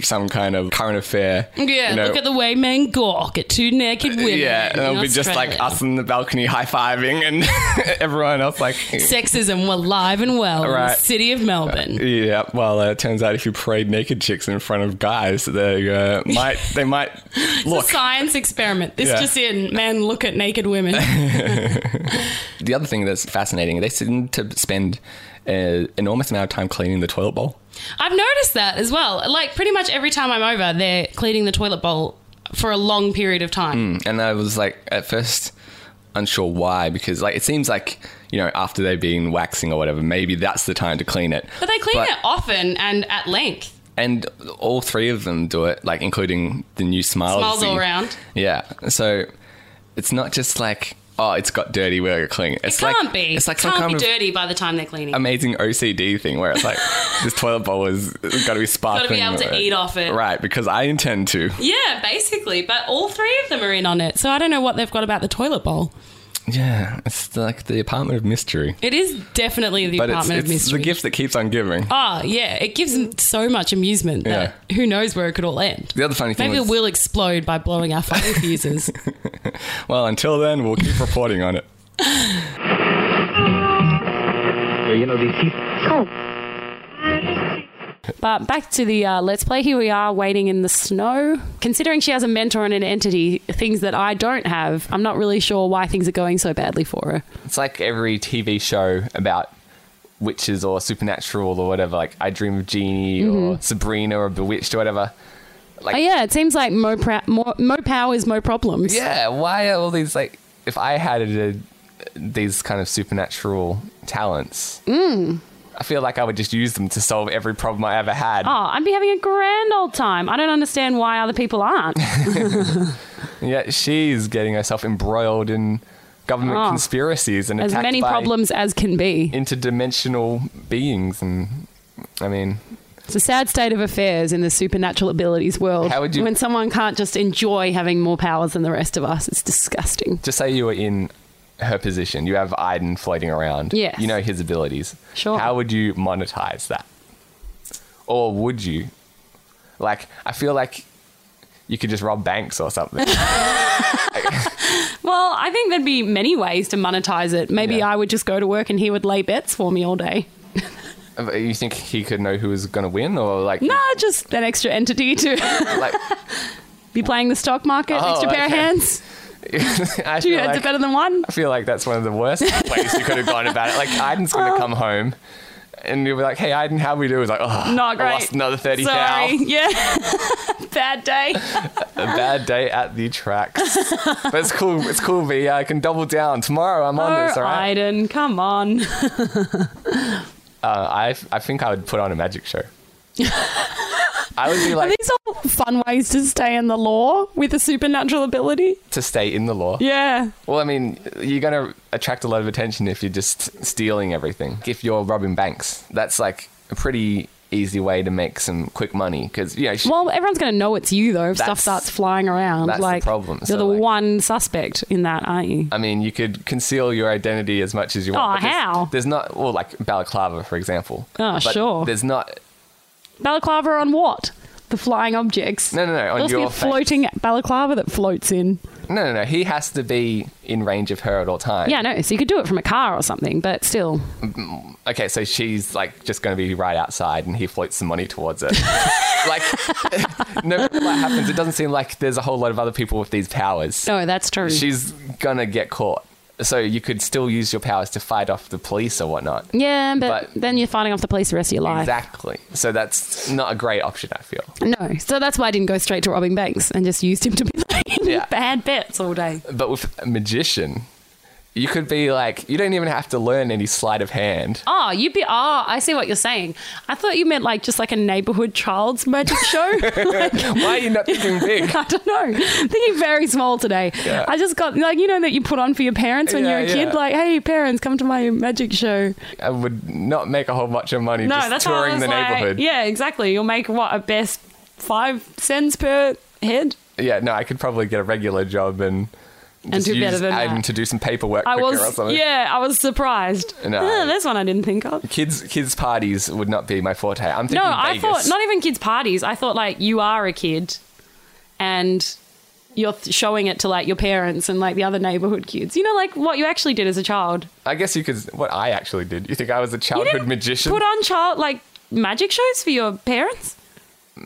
some kind of current affair. Yeah. you know. look at the way men gawk at two naked women. yeah, and in it'll be just like Australia. us in the balcony high fiving and everyone else like. Sexism, we're live and well in the Right. city of Melbourne. Yeah, well, uh, it turns out if you parade naked chicks in front of guys, they uh, might they might look. It's a science experiment. This Yeah. just in, men look at naked women. The other thing that's fascinating, they seem to spend an enormous amount of time cleaning the toilet bowl. I've noticed that as well. Like pretty much every time I'm over, they're cleaning the toilet bowl for a long period of time. and I was like at first unsure why because like it seems like you know after they've been waxing or whatever maybe that's the time to clean it But they clean But- it often and at length. and all three of them do it like including the new smile Smiles all zine. around. yeah so it's not just like oh it's got dirty we're gonna clean it it's It can't like, be. it's like can't some kind be of Um, dirty by the time they're cleaning. amazing OCD thing where it's like this toilet bowl is got to be sparkling able to right? eat off it. right because I intend to yeah, basically. But all three of them are in on it. So I don't know what they've got about the toilet bowl. yeah it's like the apartment of mystery It is definitely the but it's, apartment it's of mystery. the gift that keeps on giving Ah, yeah. It gives them so much amusement that who knows where it could all end. the other funny thing Maybe was, we'll explode by blowing our phone fuses. Well, until then, we'll keep reporting on it. But back to the uh, Let's Play. Here we are waiting in the snow. Considering she has a mentor and an entity, things that I don't have, I'm not really sure why things are going so badly for her. It's like every TV show about witches or supernatural or whatever, like I Dream of Jeannie or Sabrina or Bewitched or whatever. Oh, yeah, it seems like more, pra- more, more powers, more problems. Yeah, why are all these like? If I had a, these kind of supernatural talents, I feel like I would just use them to solve every problem I ever had. Oh, I'd be having a grand old time. I don't understand why other people aren't. And yet she's getting herself embroiled in government Oh. conspiracies and as attacked many by problems as can be. interdimensional beings. And I mean, It's a sad state of affairs in the supernatural abilities world. How would you- when someone can't just enjoy having more powers than the rest of us, it's disgusting. just say you were in her position. You have Iden floating around. Yes. You know his abilities. Sure. How would you monetize that? Or would you? Like, I feel like you could just rob banks or something. Well, I think there'd be many ways to monetize it. Maybe Yeah. I would just go to work and he would lay bets for me all day. But you think he could know who was going to win or like Nah, just an extra entity to like be playing the stock market, Oh, extra pair of okay. hands. I Two feel heads like, are better than one. Oh. I feel like that's one of the worst ways you could have gone about it. Like Aiden's going to come home and you'll be like, "Hey, Aiden, how we do?" It's like, "Oh, Not great. I lost another thirty now. Sorry. Yeah. Bad day. A bad day at the tracks, but it's cool. It's cool. V. I can double down tomorrow. I'm on Oh, this. All right. Aiden, come on. Uh, I I think I would put on a magic show. I would be like These are fun ways to stay in the law with a supernatural ability. to stay in the law. Yeah. Well, I mean, you're going to attract a lot of attention if you're just stealing everything. If you're robbing banks, that's like a pretty easy way to make some quick money because you know. sh- Well, everyone's going to know it's you though if stuff That's- starts flying around. that's the like, problem. You're So, the like- one suspect in that, aren't you? I mean, you could conceal your identity as much as you Oh, want. but there's- how? There's not, well, like balaclava, for example. Oh, But sure. There's not. Balaclava on what? The flying objects. No, no, no, on There'll be your a face. floating balaclava that floats in. No, no, no. He has to be in range of her at all times. Yeah, no. So you could do it from a car or something, but still. Okay, so she's like just going to be right outside, and he floats some money towards it. like, no matter what happens, it doesn't seem like there's a whole lot of other people with these powers. No, that's true. she's gonna get caught. So you could still use your powers to fight off the police or whatnot. yeah, but, but- then you're fighting off the police the rest of your life. Exactly. So that's not a great option, I feel. No. So that's why I didn't go straight to robbing banks and just used him to be making Yeah. bad bets all day. But with a magician, you could be like, you don't even have to learn any sleight of hand. Oh, you'd be. Oh, I see what you're saying. I thought you meant like just like a neighborhood child's magic show. Why are you not thinking big? I don't know. Thinking very small today. Yeah. I just got like you know that you put on for your parents when Yeah, you're a kid. yeah. Like, hey, parents, come to my magic show. I would not make a whole bunch of money just touring the neighborhood. Yeah, exactly. You'll make what a best five cents per head. Yeah, no, I could probably get a regular job and just do use better than Adam that. to do some paperwork I quicker or was something. yeah, I was surprised. No. Huh, there's one I didn't think of. Kids kids parties would not be my forte. I'm thinking No, I Vegas. thought not even kids' parties. I thought like you are a kid, and you're th- showing it to like your parents and like the other neighborhood kids. You know, like what you actually did as a child. I guess you could. What I actually did. You think I was a You childhood didn't magician? Put on child like magic shows for your parents.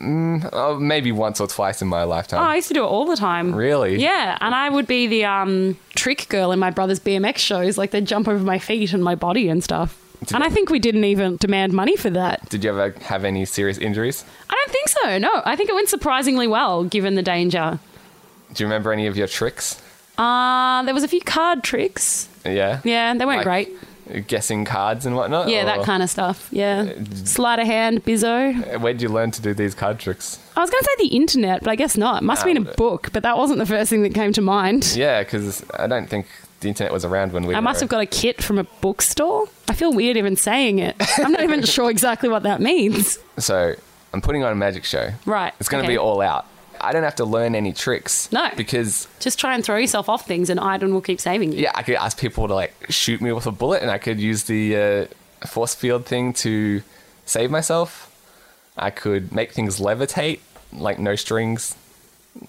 oh, maybe once or twice in my Oh, lifetime. I used to do it all the time. Really? Yeah, and I would be the um, trick girl in my brother's BMX shows. Like they'd jump over my feet and my body and stuff. And I think we didn't even demand money for that. Did you ever have any serious injuries? I don't think so. No, I think it went surprisingly well given the danger. Do you remember any of your tricks? Uh, there was a few card tricks. Yeah. Yeah, they weren't Like- oh. great. Guessing cards and whatnot. Yeah, that kind of stuff. Yeah. Uh, Sleight of hand, bizzo. of. Where'd you learn to do these card tricks? I was going to say the internet, but I guess not. Must have been a Um, book, but that wasn't the first thing that came to mind. Yeah, because I don't think the internet was around when we. I were. must have got a kit from a bookstore. I feel weird even saying it. I'm not even sure exactly what that means. So I'm putting on a magic show. Right, It's going to okay. be all out. I don't have to learn any tricks. No. Because Just try and throw yourself off things, and Iden will keep saving you. yeah, I could ask people to like shoot me with a bullet, and I could use the uh, force field thing to save myself. I could make things levitate, like no strings.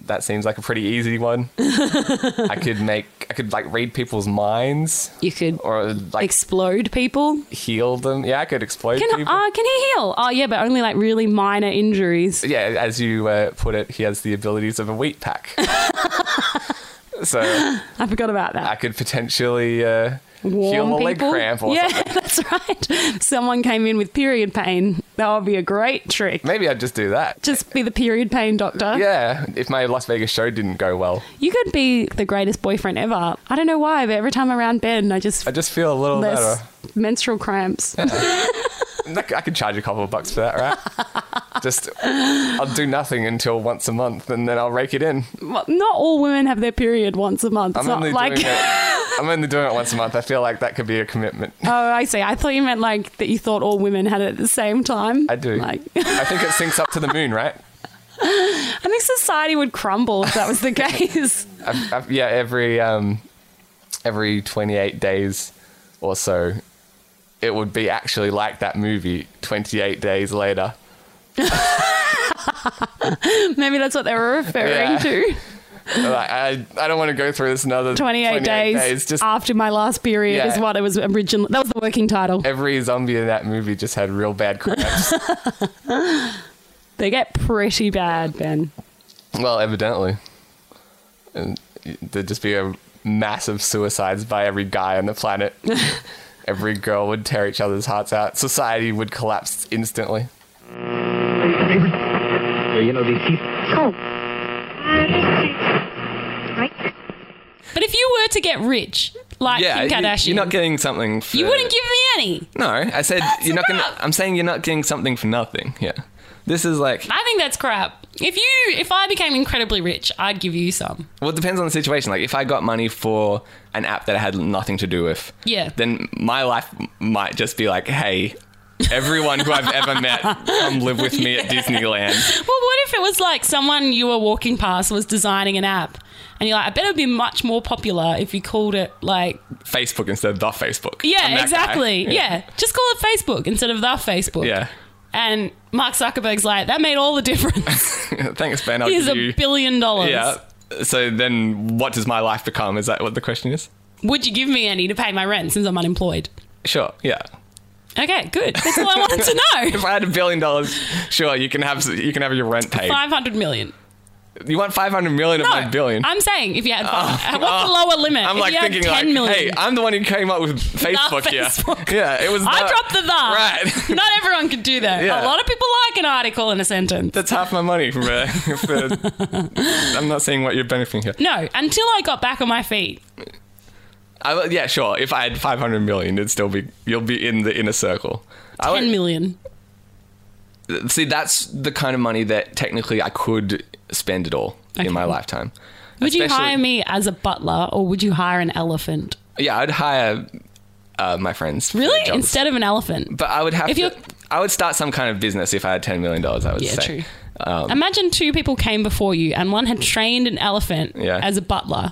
That seems like a pretty easy one. I could make, I could like read people's minds You could or like explode people. heal them. Yeah, I could explode Can, people. uh, can he heal? Oh, yeah, but only like really minor injuries. yeah, as you uh, put it, he has the abilities of a wheat pack. so I forgot about that. I could potentially uh, warm heal a people. leg cramp or yeah, something. that's right. Someone came in with period pain. That would be a great trick. Maybe I'd just do that. Just be the period pain doctor. Yeah, if my Las Vegas show didn't go well, You could be the greatest boyfriend ever. I don't know why, but every time around Ben, I just I just feel a little less menstrual cramps. better. I could charge a couple of bucks for that, right? just, I'll do nothing until once a month, and then I'll rake it in. Well, not all women have their period once a month. It's I'm not only like doing it. I'm only doing it once a month. I feel like that could be a commitment. oh, I see. I thought you meant like that you thought all women had it at the same time. I do. Like, I think it sinks up to the moon, right? I think society would crumble if that was the case. I've, I've, yeah, every um, every 28 days or so, it would be actually like that movie 28 days later. Maybe that's what they were referring Yeah. to. like, I, I don't want to go through this another 28, days, Ah. Just after my last period Yeah. is what it was originally. That was the working title. every zombie in that movie just had real bad cramps. They get pretty bad, Ben. well, evidently, and there'd just be a massive suicides by every guy on the planet. Every girl would tear each other's hearts out. Society would collapse instantly. You know, these people. But if you were to get rich, like Yeah, Kim you- Kardashian, you're not getting something. For, you wouldn't give me any. No, I said you're not gonna. crap. I'm saying you're not getting something for nothing. Yeah, this is like. I think that's crap. If you, if I became incredibly rich, I'd give you some. Well, it depends on the situation. Like, if I got money for an app that I had nothing to do with, Yeah. then my life might just be like, hey, everyone who I've ever met, come live with me at Disneyland. Well, what if it was like someone you were walking past was designing an app, and you're like, I bet it'd be much more popular if you called it like, Facebook instead of the Facebook. I'm that yeah, guy. exactly, yeah. just call it Facebook instead of the Facebook. Yeah. And Mark Zuckerberg's like, that made all the difference. Thanks, Ben. I'll Here's give a you- billion dollars. Yeah. So then, what does my life become? Is that what the question is? Would you give me any to pay my rent since I'm unemployed? Sure. Yeah. Okay, good. That's all I wanted to know. If I had a billion dollars, sure, you can have you can have your rent paid. Five hundred million. You want five hundred million No, of my billion? Oh, I'm saying if you had, five, what's the lower limit? I'm if like you had thinking 10 like, million. hey, I'm the one who came up with Facebook, Facebook. here. Yeah, it was. I the- dropped the the. Right. Not everyone could do that. Yeah. A lot of people like an article in a sentence. That's half my money from uh, for, I'm not seeing what you're benefiting here. no, until I got back on my feet. I, yeah, sure. If I had 500 million, it'd still be you'll be in the inner circle. I Ten would- million. See, that's the kind of money that technically I could spend it all Okay. in my lifetime. Would you Especially- hire me as a butler or would you hire an elephant? Yeah, I'd hire uh, my friends. for Really? jobs. Instead of an elephant. but I would have If to. you're- I would start some kind of business if I had 10 million dollars. I would Yeah, say. Um, true. Imagine two people came before you and one had trained an elephant Yeah. as a butler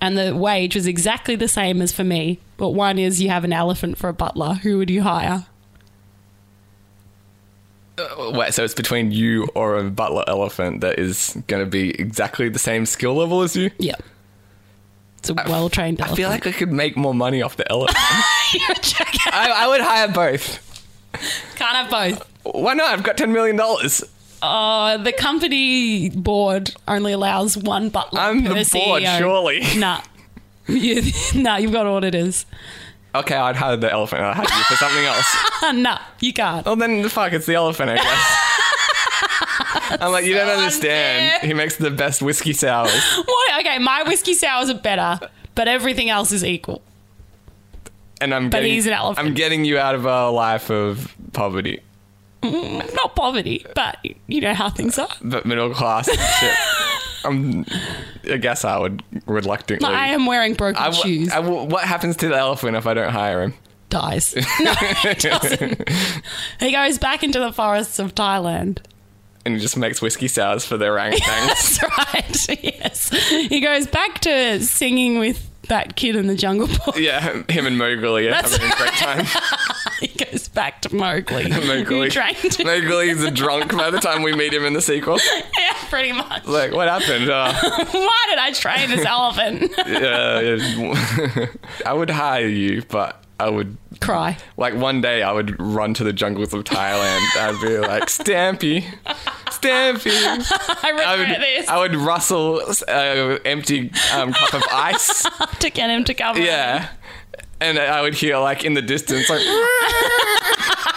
and the wage was exactly the same as for me, but one is you have an elephant for a butler. Who would you hire? Wait, so it's between you or a butler elephant that is going to be exactly the same skill level as you? Yep. It's a well trained I elephant. feel like I could make more money off the elephant. You're a jackass. I, I would hire both. Can't have both. Why not? I've got $10 million. Uh, the company board only allows one butler. I'm per the board, CEO. surely. Nah. You, nah, you've got auditors. Okay, I'd hire the elephant. I'd hire you for something else. Uh, nah, you can't. well, then, fuck, it's the elephant, I guess. I'm like, you don't So understand. unfair. He makes the best whiskey sours. What? Okay, my whiskey sours are better, but everything else is equal. And I'm getting, he's an elephant. I'm getting you out of a life of poverty, Not poverty, but you know how things are. but middle class and shit. I'm, I guess I would reluctantly. I am wearing broken I w- shoes. I w- what happens to the elephant if I don't hire him? Dies. No, he doesn't. he goes back into the forests of Thailand. And he just makes whiskey sours for the orangutans. That's right. Yes. He goes back to singing with that kid in the jungle book. yeah, him and Mowgli are That's having a great time. He goes back to Mowgli. Mowgli. Who trained him. Mowgli's a drunk by the time we meet him in the sequel. Yeah, pretty much. Like, what happened? Uh, Why did I train this elephant? yeah, yeah. I would hire you, but I would. Cry. Like one day, I would run to the jungles of Thailand. I'd be like, Stampy, Stampy, I regret I would, this. I would rustle an empty um, cup of ice. to get him to cover. Yeah. And I would hear, like, in the distance, like.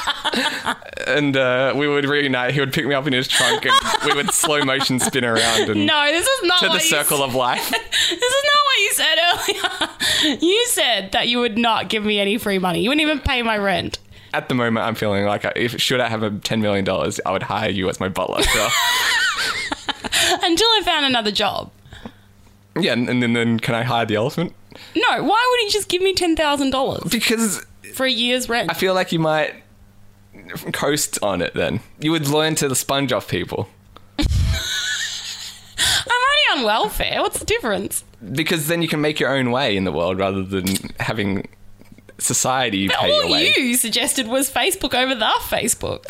and uh, we would reunite. He would pick me up in his trunk and we would slow motion spin around and No, this is not to what the you circle of life. This is not what you said earlier. you said that you would not give me any free money. You wouldn't even pay my rent. At the moment, I'm feeling like I, if should I have a $10 million, I would hire you as my butler. So, Until I found another job. yeah, and, and then, then can I hire the elephant? No, why would he just give me ten thousand dollars Because for a year's rent? I feel like you might coast on it then. You would learn to sponge off people. I'm already on welfare. What's the difference? because then you can make your own way in the world rather than having society pay All your way. you suggested was Facebook over the Facebook.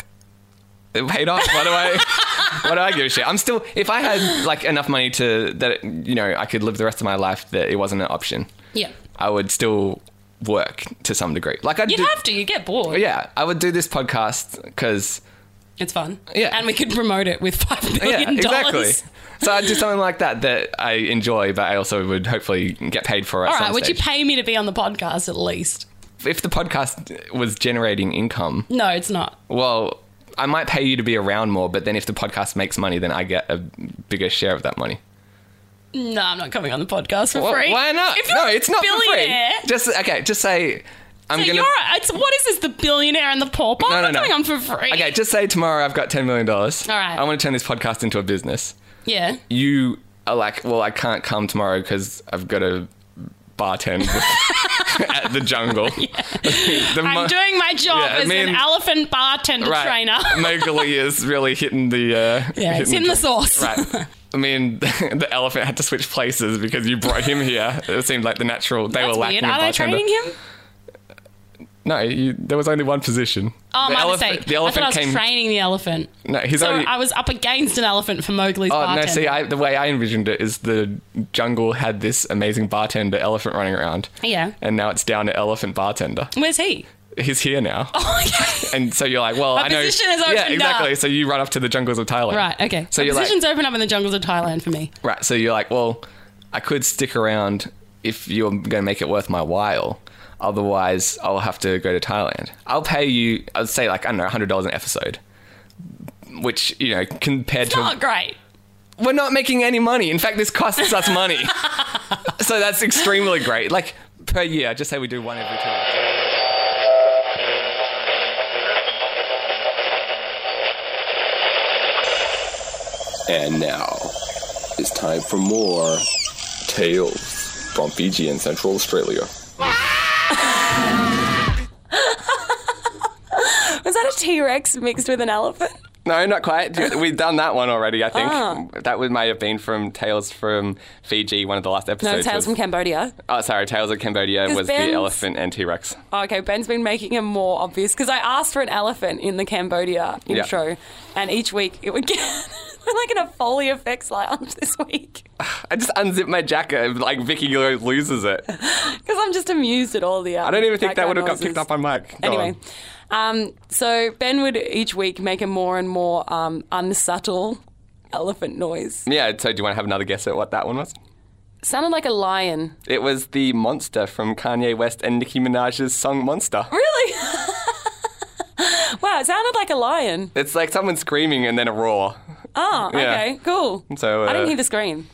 It paid off. Why do I? why do I give a shit? I'm still. If I had like enough money to that, you know, I could live the rest of my life that it wasn't an option. Yeah. I would still work to some degree. Like I would You'd do. have to. You get bored. Oh, Yeah, I would do this podcast because It's fun. Yeah. Oh, And we could promote it with five yeah, billion dollars. exactly. So I'd do something like that that I enjoy, but I also would hopefully get paid for. At All some right. Would you stage. pay me to be on the podcast at least? if the podcast was generating income, No, it's not. well, I might pay you to be around more, but then if the podcast makes money, then I get a bigger share of that money. No, I'm not coming on the podcast for Wh- free. Why not? If no, you're a it's not for free. billionaire, Just okay. Just say I'm so gonna. you're a- it's, what is this? The billionaire and the pauper? No, I'm no, not no. coming on for free. Okay, just say tomorrow I've got ten million dollars. All right. I want to turn this podcast into a business. yeah. You are like, well, I can't come tomorrow because I've got to bartend at the jungle. The I'm mo- doing my job Yeah, I as an mean- elephant bartender right. trainer. Mowgli is really hitting the. Uh, yeah, it's hitting in the drum. sauce. Right. I mean, the elephant had to switch places because you brought him here. It seemed like the natural. They That's were lacking weird. a Are they bartender. training him? No, you, there was only one position. Oh, the my elephant, mistake. The elephant I thought I was came. training the elephant. no, he's So only. I was up against an elephant for Mowgli's Oh bartender. no! See, I, the way I envisioned it is the jungle had this amazing bartender elephant running around, yeah. and now it's down to elephant bartender. Where's he? He's here now, Oh, okay. and so you're like, well, My I know. position has yeah, opened exactly. up. So you run off to the jungles of Thailand. right, okay. So So you're like- positions open up in the jungles of Thailand for me. Right. So you're like, well, I could stick around if you're going to make it worth my while. Otherwise, I'll have to go to Thailand. I'll pay you. I'd say like I don't know, hundred dollars an episode, which you know compared to Not great. we're not making any money. In fact, this costs us money. so that's extremely great. Like per year, just say we do one every two. weeks. And now, it's time for more tales from Fiji and Central Australia. Was that a T Rex mixed with an elephant? No, not quite. We've done that one already. I think Ah. that would, might have been from Tales from Fiji, one of the last No, episodes. Tales was- from Cambodia. Oh, sorry. Tales of Cambodia 'Cause was Ben's- the elephant and T Rex. Oh, okay, Ben's been making him more obvious because I asked for an elephant in the Cambodia Yeah. intro, and each week it would get like in a Foley effects lounge this week I just unzip my jacket, like Vicky Lo- loses it. because I'm just amused at all the. I don't even think that would have got picked up on mic. Go Anyway, on. um, so Ben would each week make a more and more um, unsubtle elephant noise. yeah. So, do you want to have another guess at what that one was? Sounded like a lion. It was the monster from Kanye West and Nicki Minaj's song Monster. Really? wow, it sounded like a lion. It's like someone screaming and then a roar. Oh, Yeah. okay, cool. So, I uh, didn't hear the scream.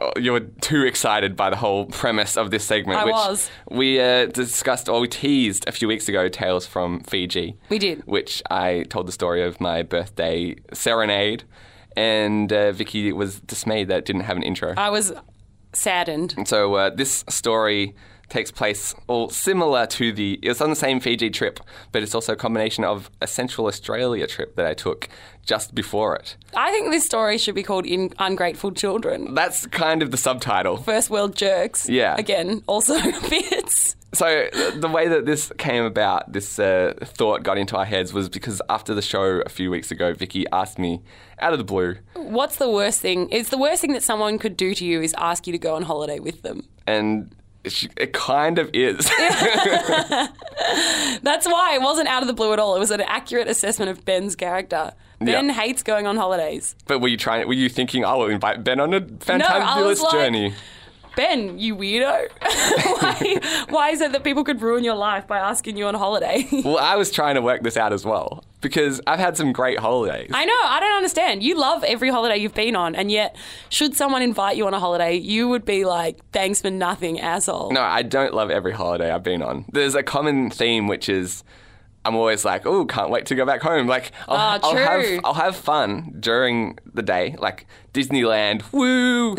Oh, you were too excited by the whole premise of this segment, I which was. we uh, discussed or we teased a few weeks ago. Tales from Fiji. We did. Which I told the story of my birthday serenade, and uh, Vicky was dismayed that it didn't have an intro. I was saddened. So uh, this story takes place all similar to the it's on the same Fiji trip, but it's also a combination of a Central Australia trip that I took just before it. I think this story should be called in- Ungrateful Children. That's kind of the subtitle. First World Jerks. Yeah. Again, also fits. So th- the way that this came about, this uh, thought got into our heads was because after the show a few weeks ago, Vicky asked me out of the blue, What's the worst thing? It's the worst thing that someone could do to you is ask you to go on holiday with them. and she, it kind of is. That's why it wasn't out of the blue at all. It was an accurate assessment of Ben's character. Ben Yeah. hates going on holidays. but were you trying? Were you thinking I will invite Ben on a fantabulous was like- journey? Ben, you weirdo. why, why is it that people could ruin your life by asking you on holiday? Well, I was trying to work this out as well because I've had some great holidays. I know. I don't understand. You love every holiday you've been on, and yet, should someone invite you on a holiday, you would be like, "Thanks for nothing, asshole." no, I don't love every holiday I've been on. There's a common theme which is I'm always like, oh, can't wait to go back home. Like, I'll, Ah, I'll true. have I'll have fun during the day, like Disneyland. Woo!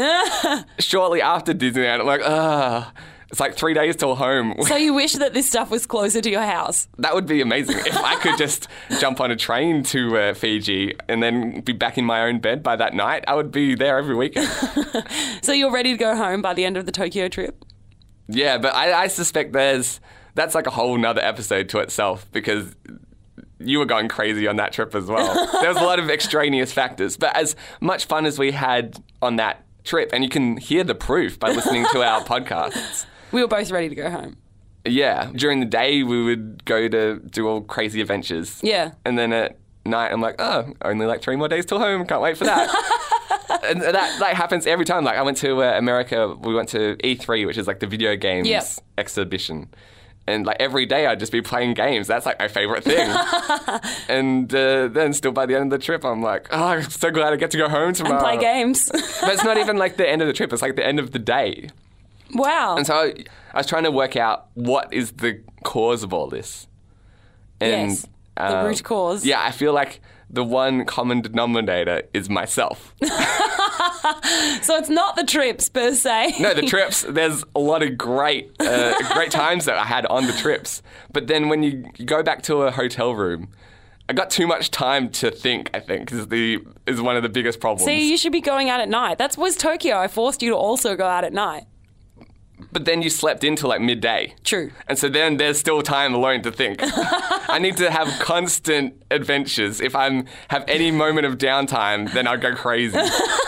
Shortly after Disneyland, I'm like, ah. It's like three days till home. So you wish that this stuff was closer to your house. That would be amazing if I could just jump on a train to uh, Fiji and then be back in my own bed by that night. I would be there every weekend. So you're ready to go home by the end of the Tokyo trip. Yeah, but I, I suspect there's that's like a whole nother episode to itself because you were going crazy on that trip as well. there was a lot of extraneous factors, but as much fun as we had on that trip, and you can hear the proof by listening to our podcasts. We were both ready to go home. Yeah, during the day we would go to do all crazy adventures. Yeah. and then at night I'm like, oh, only like three more days till home. Can't wait for that. and that like happens every time. E Like I went to uh, America. We went to E3, which is like the video games Yep. exhibition. And like every day, I'd just be playing games. That's like my favorite thing. and uh, then, still by the end of the trip, I'm like, oh, I'm so glad I get to go home tomorrow. play games. But it's not even like the end of the trip. It's like the end of the day. wow. And so I, I was trying to work out what is the cause of all this. And um, Yes, the root cause. Yeah, I feel like the one common denominator is myself. so it's not the trips per se. No, the trips. There's a lot of great, uh, great times that I had on the trips. But then when you go back to a hotel room, I got too much time to think. I think is the is one of the biggest problems. See, you should be going out at night. That was Tokyo. I forced you to also go out at night. but then you slept into like midday. True. And so then there's still time alone to think. I need to have constant adventures. If I'm have any moment of downtime, then I'll go crazy.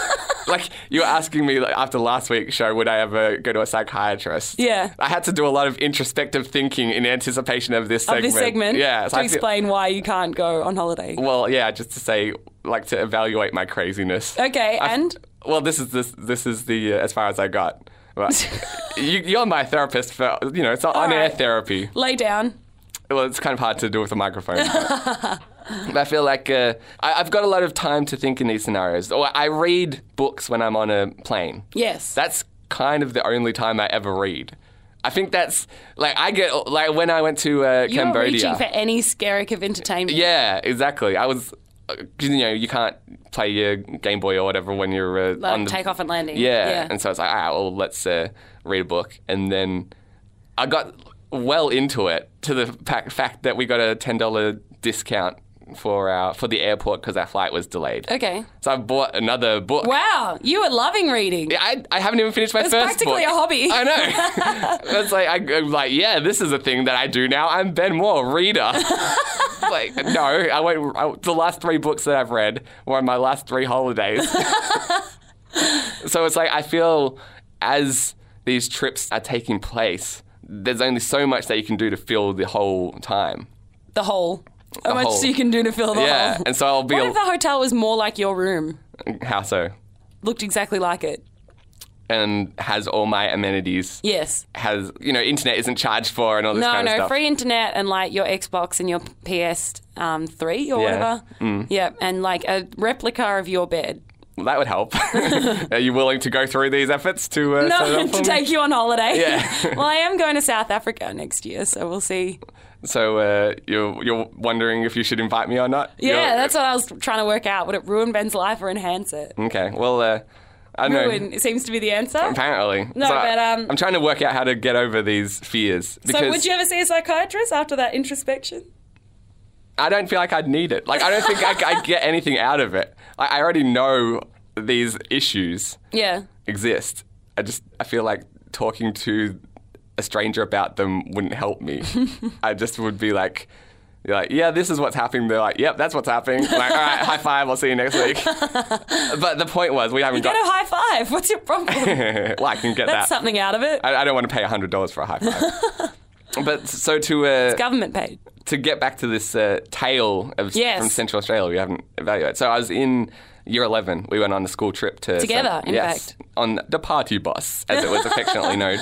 like you were asking me like, after last week's show, would I ever go to a psychiatrist? Yeah. I had to do a lot of introspective thinking in anticipation of this Of segment. this segment, Yeah. so to I feel- explain why you can't go on holiday. well, yeah, just to say, like to evaluate my craziness. Okay, I- and Well, this is this this is the uh, as far as I got. But you, you're my therapist for you know it's on air right. therapy. lay down. Well, it's kind of hard to do with a microphone. But, but I feel like uh, I, I've got a lot of time to think in these scenarios. Or I read books when I'm on a plane. Yes. That's kind of the only time I ever read. I think that's like I get like when I went to uh, You're Cambodia. reaching for any skerrick of entertainment. Yeah, exactly. I was, uh, you know, you can't play your Game Boy or whatever when you're uh, Like on the take off and landing. Yeah. Yeah. and so it's like, ah, well, let's uh, read a book, and then I got well into it to the pa- fact that we got a ten dollar discount for our for the airport because our flight was delayed. Okay. So I bought another book. Wow, you are loving reading. I, I haven't even finished my It's first practically book. a hobby. I know. That's like I, am like yeah, this is a thing that I do now. I'm Ben Moore, reader. like no, I won't. I, the last three books that I've read were on my last three holidays. so it's like I feel as these trips are taking place, there's only so much that you can do to fill the whole time. The whole. How much hole. you can do to fill the yeah, hole. and so I'll be Oh. What if the hotel was more like your room? how so, Looked exactly like it. and has all my amenities. Yes. Has you know internet isn't charged for and all this No, kind no, of stuff. free internet and like your Xbox and your PS3 um, three or Yeah. Mm. whatever. Yeah, and like a replica of your bed. Well, that would help. Are you willing to go through these efforts to uh, set it No, up for to me? take you on holiday. Yeah. well, I am going to South Africa next year, so we'll see. So uh, you're you're wondering if you should invite me or not? Yeah, You're- that's what I was trying to work out. Would it ruin Ben's life or enhance it? Okay. Well, uh, I don't Ruin know. seems to be the answer. Apparently. No, So I- but, um, I'm trying to work out how to get over these fears because So, would you ever see a psychiatrist after that introspection? I don't feel like I'd need it. Like I don't think I, I get anything out of it. Like, I already know these issues Yeah. exist. I just I feel like talking to a stranger about them wouldn't help me. I just would be like, you're like, yeah, this is what's happening. They're like, yep, that's what's happening. I'm like, all right, high five. I'll see you next week. but the point was, we haven't Get got. a high five. What's your problem? well, I can get that. That's something out of it. I, I don't want to pay hundred dollars for a high five. but so to uh, Government paid. to get back to this uh, tale of Yes. from Central Australia, we haven't evaluated. So I was in year eleven. We went on a school trip to Together, in yes, fact. on the party bus, as it was affectionately known.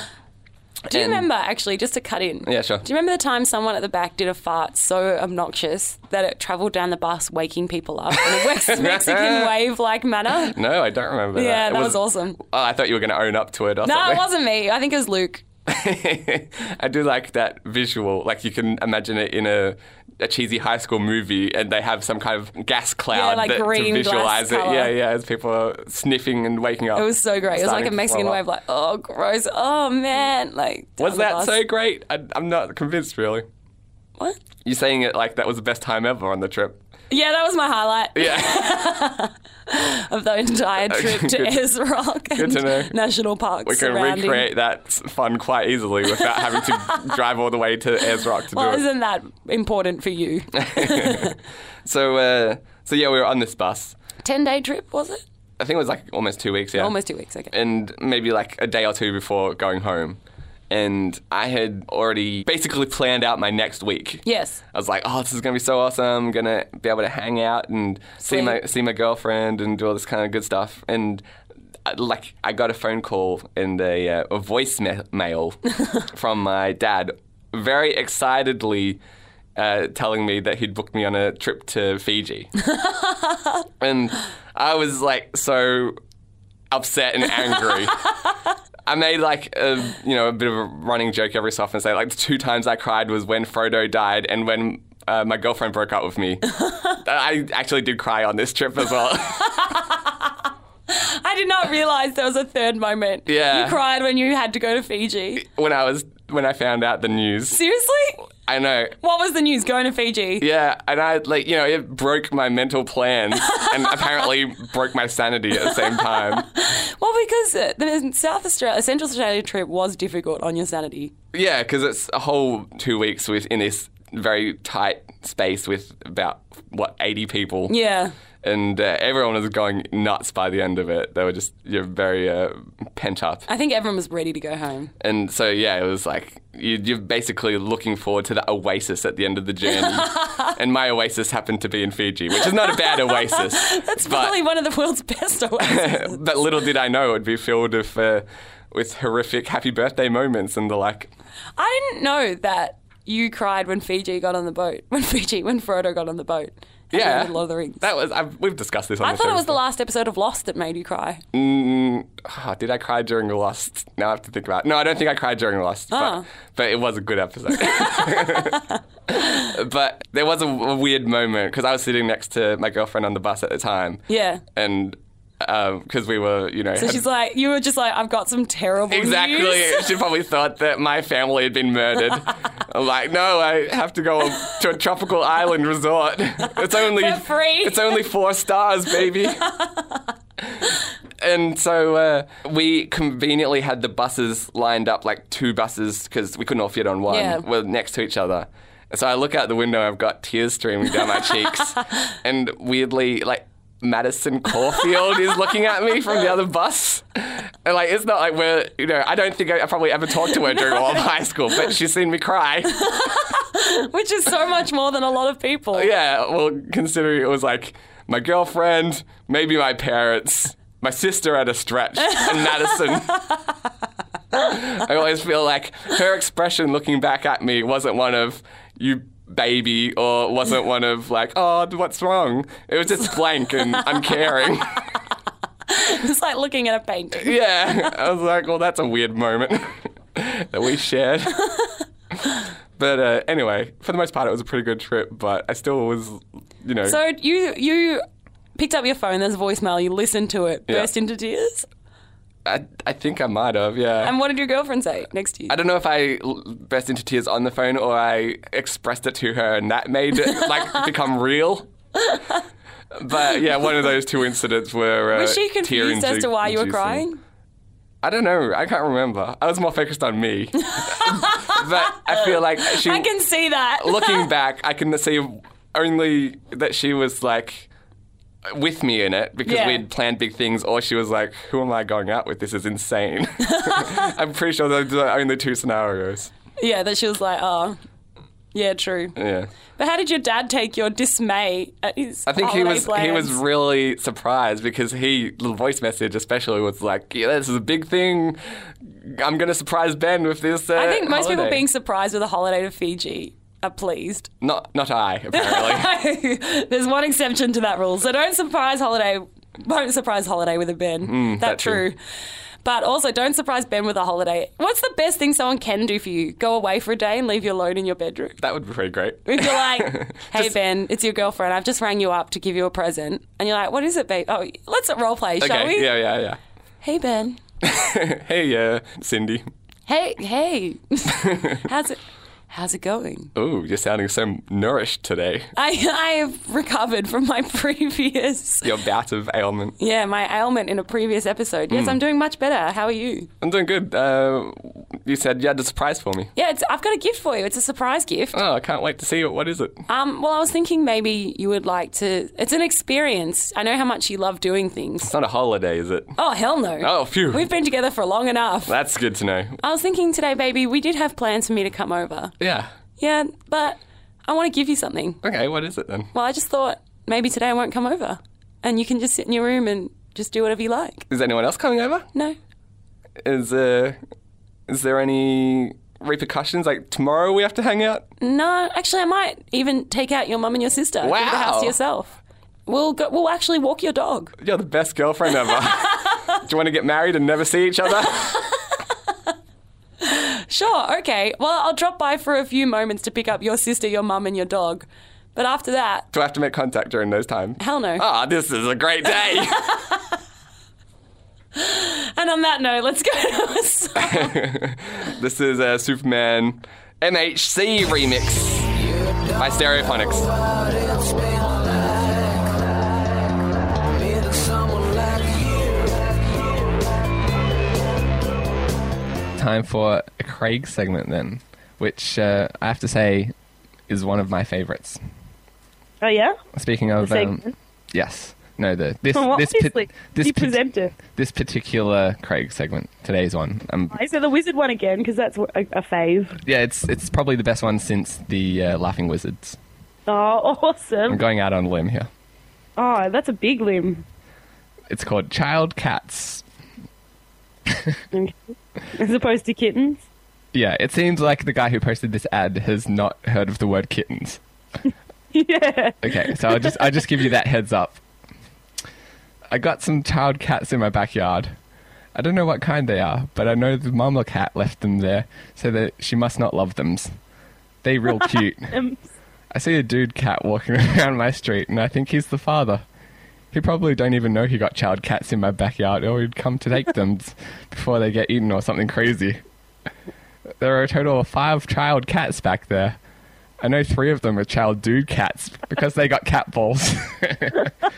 Do you And- remember, actually, just to cut in? Yeah, sure. Do you remember the time someone at the back did a fart so obnoxious that it travelled down the bus, waking people up in a West Mexican wave like manner? No, I don't remember. Yeah, Uh, It that was awesome. Oh, I thought you were going to own up to it or No, something. it wasn't me. I think it was Luke. I do like that visual. Like you can imagine it in a, a cheesy high school movie, and they have some kind of gas cloud Yeah, like that, green to glass visualize it. colour. Yeah, yeah. As people are sniffing and waking up. It was so great. It was like a Mexican wave, like, oh, gross. Oh, man. Like, was down the that bus. so great? I, I'm not convinced, really. What? You're saying it like that was the best time ever on the trip. Yeah, that was my highlight Yeah, of the entire trip to Good- Ez Rock and to know. National Park we can surrounding. recreate that s- fun quite easily without having to drive all the way to Ayers Rock to Well, do it. isn't that important for you? So, uh, so yeah, we were on this bus. 10 day trip, was it? I think it was like almost two weeks. Yeah, Almost two weeks, okay. and maybe like a day or two before going home. And I had already basically planned out my next week. Yes. I was like, oh, this is gonna be so awesome. I'm gonna be able to hang out and see Sweet. my see my girlfriend and do all this kind of good stuff. And uh, like, I got a phone call and a, uh, a voicemail from my dad very excitedly uh, telling me that he'd booked me on a trip to Fiji. and I was like so upset and angry. I made like a you know a bit of a running joke every so often. Say like the two times I cried was when Frodo died and when uh, my girlfriend broke up with me. I actually did cry on this trip as well. I did not realize there was a third moment. Yeah. You cried when you had to go to Fiji. when I was when I found out the news, Seriously? I know. What was the news? Going to Fiji? Yeah, and I like you know it broke my mental plans and apparently broke my sanity at the same time. Well, because uh, the South Australia, Central Australia trip was difficult on your sanity. Yeah, because it's a whole two weeks with in this very tight space with about what eighty people. Yeah. and uh, everyone was going nuts by the end of it. They were just you're very uh, pent up, I think everyone was ready to go home. and so yeah, it was like you, you're basically looking forward to the oasis at the end of the journey. and my oasis happened to be in Fiji, which is not a bad oasis. That's but- probably one of the world's best oases. but little did I know it would be filled with uh, with horrific happy birthday moments and the like. I didn't know that you cried when Fiji got on the boat. When Fiji, when Frodo got on the boat. And Yeah. the Lord of the Rings. That was I've, we've discussed this on I the thought show it was the before. last episode of Lost that made you cry. Mm, ah, did I cry during Lost? Now I have to think about it. No, I don't think I cried during Lost, Ah. but, but it was a good episode. but there was a, a weird moment because I was sitting next to my girlfriend on the bus at the time. Yeah. And because we were, you know. So had- she's like, you were just like, I've got some terrible Exactly. news. she probably thought that my family had been murdered. I'm like, no, I have to go to a tropical island resort. It's only For free. It's only four stars, baby. and so uh, we conveniently had the buses lined up, like two buses, because we couldn't all fit on one. Yeah. We're next to each other. So I look out the window, I've got tears streaming down my cheeks. And weirdly, like, Madison Caulfield is looking at me from the other bus. And, like, it's not like we're, you know, I don't think I, I probably ever talked to her during all of high school, but she's seen me cry. Which is so much more than a lot of people. yeah, well, considering it was like my girlfriend, maybe my parents, my sister at a stretch, and Madison. I always feel like her expression looking back at me wasn't one of you baby or wasn't one of like, oh, what's wrong? It was just blank and uncaring. It's like looking at a painting. yeah. I was like, well, that's a weird moment that we shared. but uh, anyway, for the most part, it was a pretty good trip, but I still was, you know. So you you picked up your phone, there's a voicemail, you listened to it, Yeah. burst into tears. I, I think I might have, yeah. And what did your girlfriend say next to you? I don't know if I l- burst into tears on the phone or I expressed it to her and that made it like become real. But yeah, one of those two incidents were. Uh, Was she confused as to why you were tear-inducing. crying? I don't know. I can't remember. I was more focused on me. but I feel like she. I can see that. looking back, I can see only that she was like with me in it because Yeah. we'd planned big things, or she was like, "Who am I going out with? This is insane." I'm pretty sure those are the only two scenarios. Yeah, that she was like, oh, yeah, true. Yeah, But how did your dad take your dismay at his? I think he holiday was he plans? was really surprised because he the voice message especially was like, "Yeah, this is a big thing. I'm gonna surprise Ben with this." Uh, I think most people holiday." being surprised with a holiday to Fiji are pleased. not not I apparently. There's one exception to that rule, so don't surprise holiday. Don't surprise holiday with a Ben. Hmm, that That's too. true. But also, don't surprise Ben with a holiday. What's the best thing someone can do for you? Go away for a day and leave you alone in your bedroom. that would be pretty great. If you're like, hey, Ben, it's your girlfriend. I've just rang you up to give you a present. And you're like, what is it, babe? Oh, let's role play, shall Okay, we? yeah, yeah, Hey, Ben. yeah. Hey, uh, Cindy. Hey, hey. how's it? How's it going? Oh, you're sounding so nourished today. I I have recovered from my previous Your bout of ailment. yeah my ailment in a previous episode. Hmm. Yes, I'm doing much better. How are you? I'm doing good. Uh, you said you had a surprise for me. Yeah, it's, I've got a gift for you. It's a surprise gift. Oh, I can't wait to see it. What is it? Um, well, I was thinking maybe you would like to. It's an experience. I know how much you love doing things. It's not a holiday, is it? Oh hell no. Oh, phew. We've been together for long enough. That's good to know. I was thinking today, baby, we did have plans for me to come over. Yeah. Yeah, but I want to give you something. Okay, what is it then? Well, I just thought maybe today I won't come over and you can just sit in your room and just do whatever you like. Is anyone else coming over? No. Is uh, is there any repercussions? Like tomorrow we have to hang out? No, actually, I might even take out your mum and your sister. Wow. Leave the house to Wow. yourself. We'll go, we'll actually walk your dog. You're the best girlfriend ever. Do you want to get married and never see each other? Sure, okay. Well, I'll drop by for a few moments to pick up your sister, your mum, and your dog. But after that, Do I have to make contact during those time? Hell no. Oh. Ah, this is a great day. and on that note, let's go to a song. this is a Superman MHC remix by Stereophonics. What it's been like being someone like Time for a Craig segment then, which uh, I have to say is one of my favorites. Oh yeah. Speaking of, The um, segment? yes, no, the Uh, this well, this pa- obviously, this the pa- presenter. this particular Craig segment, today's one. Um, I said the wizard one again because that's a, a fave. yeah, it's it's probably the best one since the uh, Laughing Wizards. Oh, awesome. I'm going out on a limb here. Oh, that's a big limb. It's called Child Cats. Okay. As opposed to kittens. Yeah, it seems like the guy who posted this ad has not heard of the word kittens. yeah. Okay, so I'll just I'll just give you that heads up. I got some child cats in my backyard. I don't know what kind they are, but I know the mama cat left them there, so that she must not love them. They real cute. Um, I see a dude cat walking around my street, and I think he's the father. He probably don't even know he got child cats in my backyard, or he'd come to take them before they get eaten or something crazy. There are a total of five child cats back there. I know three of them are child dude cats because they got cat balls. I love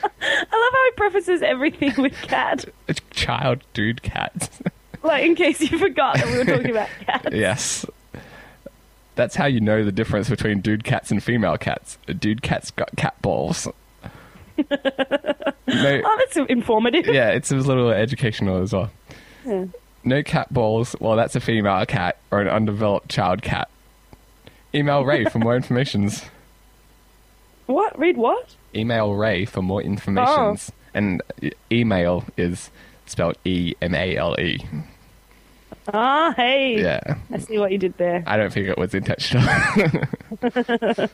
how he prefaces everything with cat, child dude cats. like in case you forgot that we were talking about cat. yes. That's how you know the difference between dude cats and female cats. A dude cat's got cat balls. no, Oh, that's informative. yeah, it's a little educational as well. Yeah. No cat balls. Well, that's a female cat or an undeveloped child cat. Email Ray for more informations. What? Read what? Oh. Email Ray for more informations. And e- email is spelled E M A L E. Ah, hey. Yeah. I see what you did there. I don't think it was intentional. That's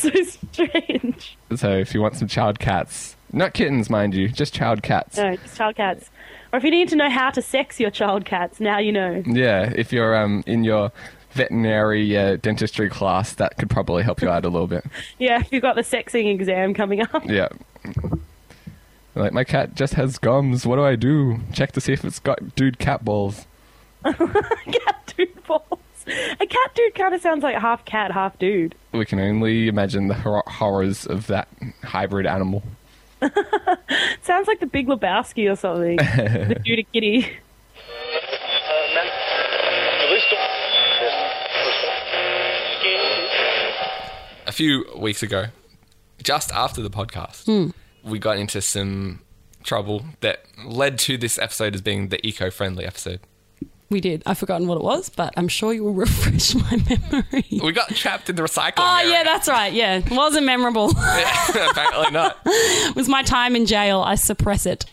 so strange. so if you want some child cats, not kittens, mind you, just child cats. No, just child cats. Or if you need to know how to sex your child cats, now you know. Yeah, if you're um in your veterinary uh, dentistry class, that could probably help you out a little bit. Yeah, if you've got the sexing exam coming up. Yeah. Like my cat just has gums. What do I do? Check to see if it's got dude cat balls. cat dude balls. A cat dude kind of sounds like half cat, half dude. We can only imagine the hor- horrors of that hybrid animal. Sounds like the Big Lebowski or something. the dude kitty. A few weeks ago, just after the podcast, Hmm. we got into some trouble that led to this episode as being the eco-friendly episode. We did. I've forgotten what it was, but I'm sure you will refresh my memory. We got trapped in the recycling. Oh, area. yeah, that's right. Yeah. Wasn't memorable. Apparently not. it was my time in jail. I suppress it.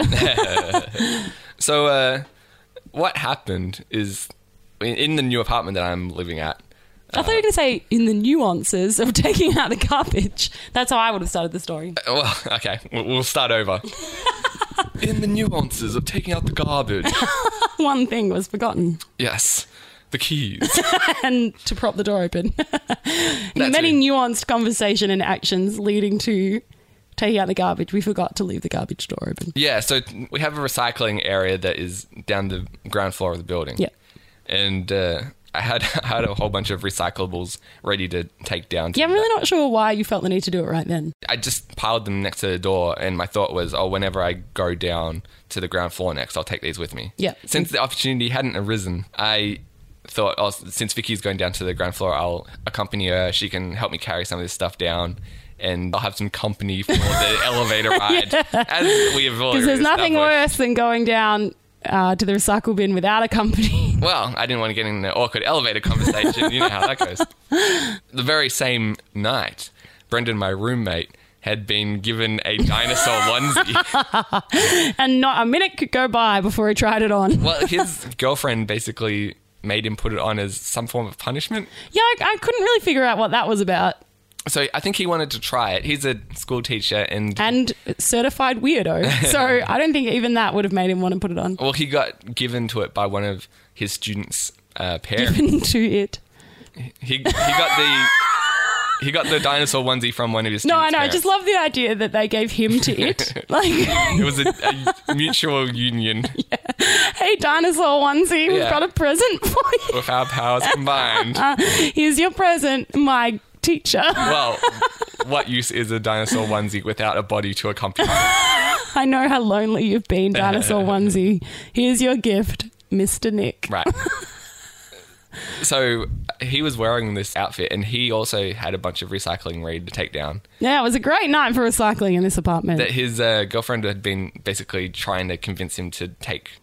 so uh, what happened is in, in the new apartment that I'm living at. I thought you were going to say in the nuances of taking out the garbage. That's how I would have started the story. uh, Well, okay, we'll we'll start over. in the nuances of taking out the garbage. One thing was forgotten, Yes, the keys. and to prop the door open. That's Many nuanced conversation and actions leading to taking out the garbage. We forgot to leave the garbage door open. Yeah, so t- we have a recycling area that is down the ground floor of the building. Yeah. And uh, I had I had a whole bunch of recyclables ready to take down. To Yeah, I'm really not sure why you felt the need to do it right then. I just piled them next to the door, and my thought was, oh, whenever I go down to the ground floor next, I'll take these with me. Yeah. Since the opportunity hadn't arisen, I thought, oh, since Vicky's going down to the ground floor, I'll accompany her. She can help me carry some of this stuff down. And I'll have some company for the elevator ride, Yeah. as we have already Because there's nothing established. worse than going down uh, to the recycle bin without a company. Well, I didn't want to get in an awkward elevator conversation. you know how that goes. The very same night, Brendan, my roommate, had been given a dinosaur onesie. and not a minute could go by before he tried it on. Well, his girlfriend basically made him put it on as some form of punishment. Yeah, I, I couldn't really figure out what that was about. So I think he wanted to try it. He's a school teacher, and And certified weirdo. so I don't think even that would have made him want to put it on. well, he got given to it by one of his students' uh, parents. Given to it. He he got the he got the dinosaur onesie from one of his. No, I students' know. I just parents. love the idea that they gave him to it. Like, it was a, a mutual union hey, dinosaur onesie, we've Yeah. got a present for you. with our powers combined. Uh, here's your present, my teacher. Well, what use is a dinosaur onesie without a body to accompany? it? I know how lonely you've been, dinosaur onesie. Here's your gift, Mr. Nick. Right. So he was wearing this outfit, and he also had a bunch of recycling read to take down. Yeah, it was a great night for recycling in this apartment. that his uh, girlfriend had been basically trying to convince him to take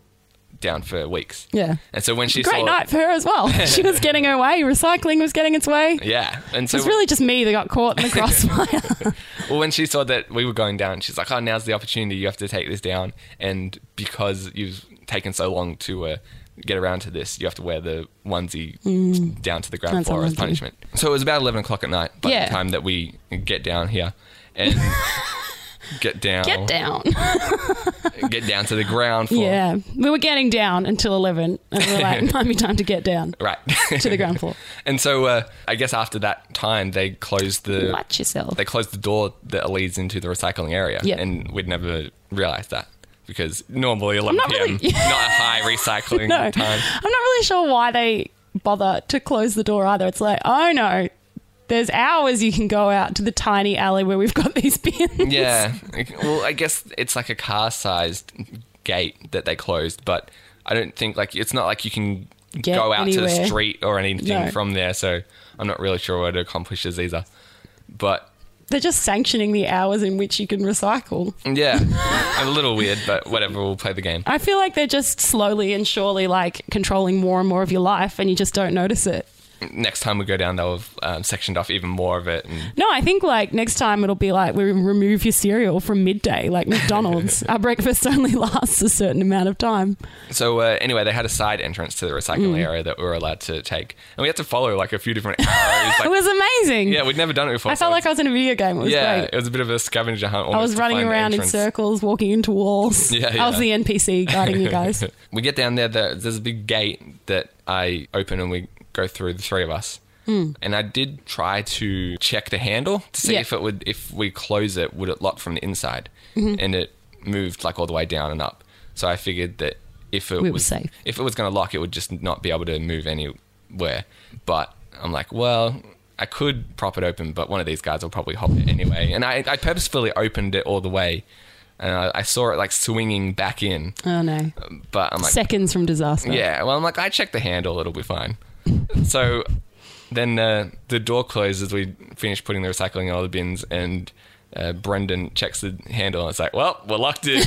down for weeks. Yeah. And so when she Great saw, night for her as well. she was getting her way. Recycling was getting its way. yeah, and It so was really just me that got caught in the crossfire. well, when she saw that we were going down, she's like, "Oh, now's the opportunity. You have to take this down." And because you've taken so long to uh, get around to this, you have to wear the onesie Mm. down to the ground That's floor as unlucky. punishment. So it was about eleven o'clock at night by Yeah. the time that we get down here and get down, Get down. get down to the ground floor. yeah. We were getting down until 11. And we were like, might be time to get down Right. to the ground floor. And so uh, I guess after that time, they closed the Watch yourself. they closed the door that leads into the recycling area, Yep. and we'd never realized that because normally 11 not p.m. really- not a high recycling No. time. I'm not really sure why they bother to close the door either. It's like, oh no, there's hours you can go out to the tiny alley where we've got these bins. Yeah. Well, I guess it's like a car-sized gate that they closed, but I don't think like it's not like you can Get go out to the anywhere. street or anything No. from there. So I'm not really sure what it accomplishes either. But They're just sanctioning the hours in which you can recycle. yeah, I'm a little weird, but whatever. We'll play the game. I feel like they're just slowly and surely like controlling more and more of your life and you just don't notice it. next time we go down, they'll have um, sectioned off even more of it. And No, I think like next time it'll be like we remove your cereal from midday, like McDonald's. Our breakfast only lasts a certain amount of time. so, uh, anyway, they had a side entrance to the recycling Mm. area that we were allowed to take, and we had to follow like a few different arrows. Like, it was amazing. yeah, we'd never done it before. I so felt like I was in a video game. It was yeah, great. it was a bit of a scavenger hunt. I almost, was to running find the around in entrance. circles, walking into walls. Yeah, I was the yeah. NPC guiding you guys. we get down there. there- There's a big gate that I open, and we go through the three of us. Hmm. And I did try to check the handle to see Yeah. if it would, if we close it, would it lock from the inside? Mhm. And it moved like all the way down and up. So I figured that if it We were was safe. if it was going to lock, it would just not be able to move anywhere. But I'm like, well, I could prop it open, but one of these guys will probably hop it anyway. And I, I purposefully opened it all the way, and I, I saw it like swinging back in. Oh no! But I'm Um, like, Seconds from disaster. yeah, well, I'm like, I checked the handle, it'll be fine. so then uh, the door closes, we finish putting the recycling in all the bins, and uh, Brendan checks the handle, and it's like, well, we're locked in.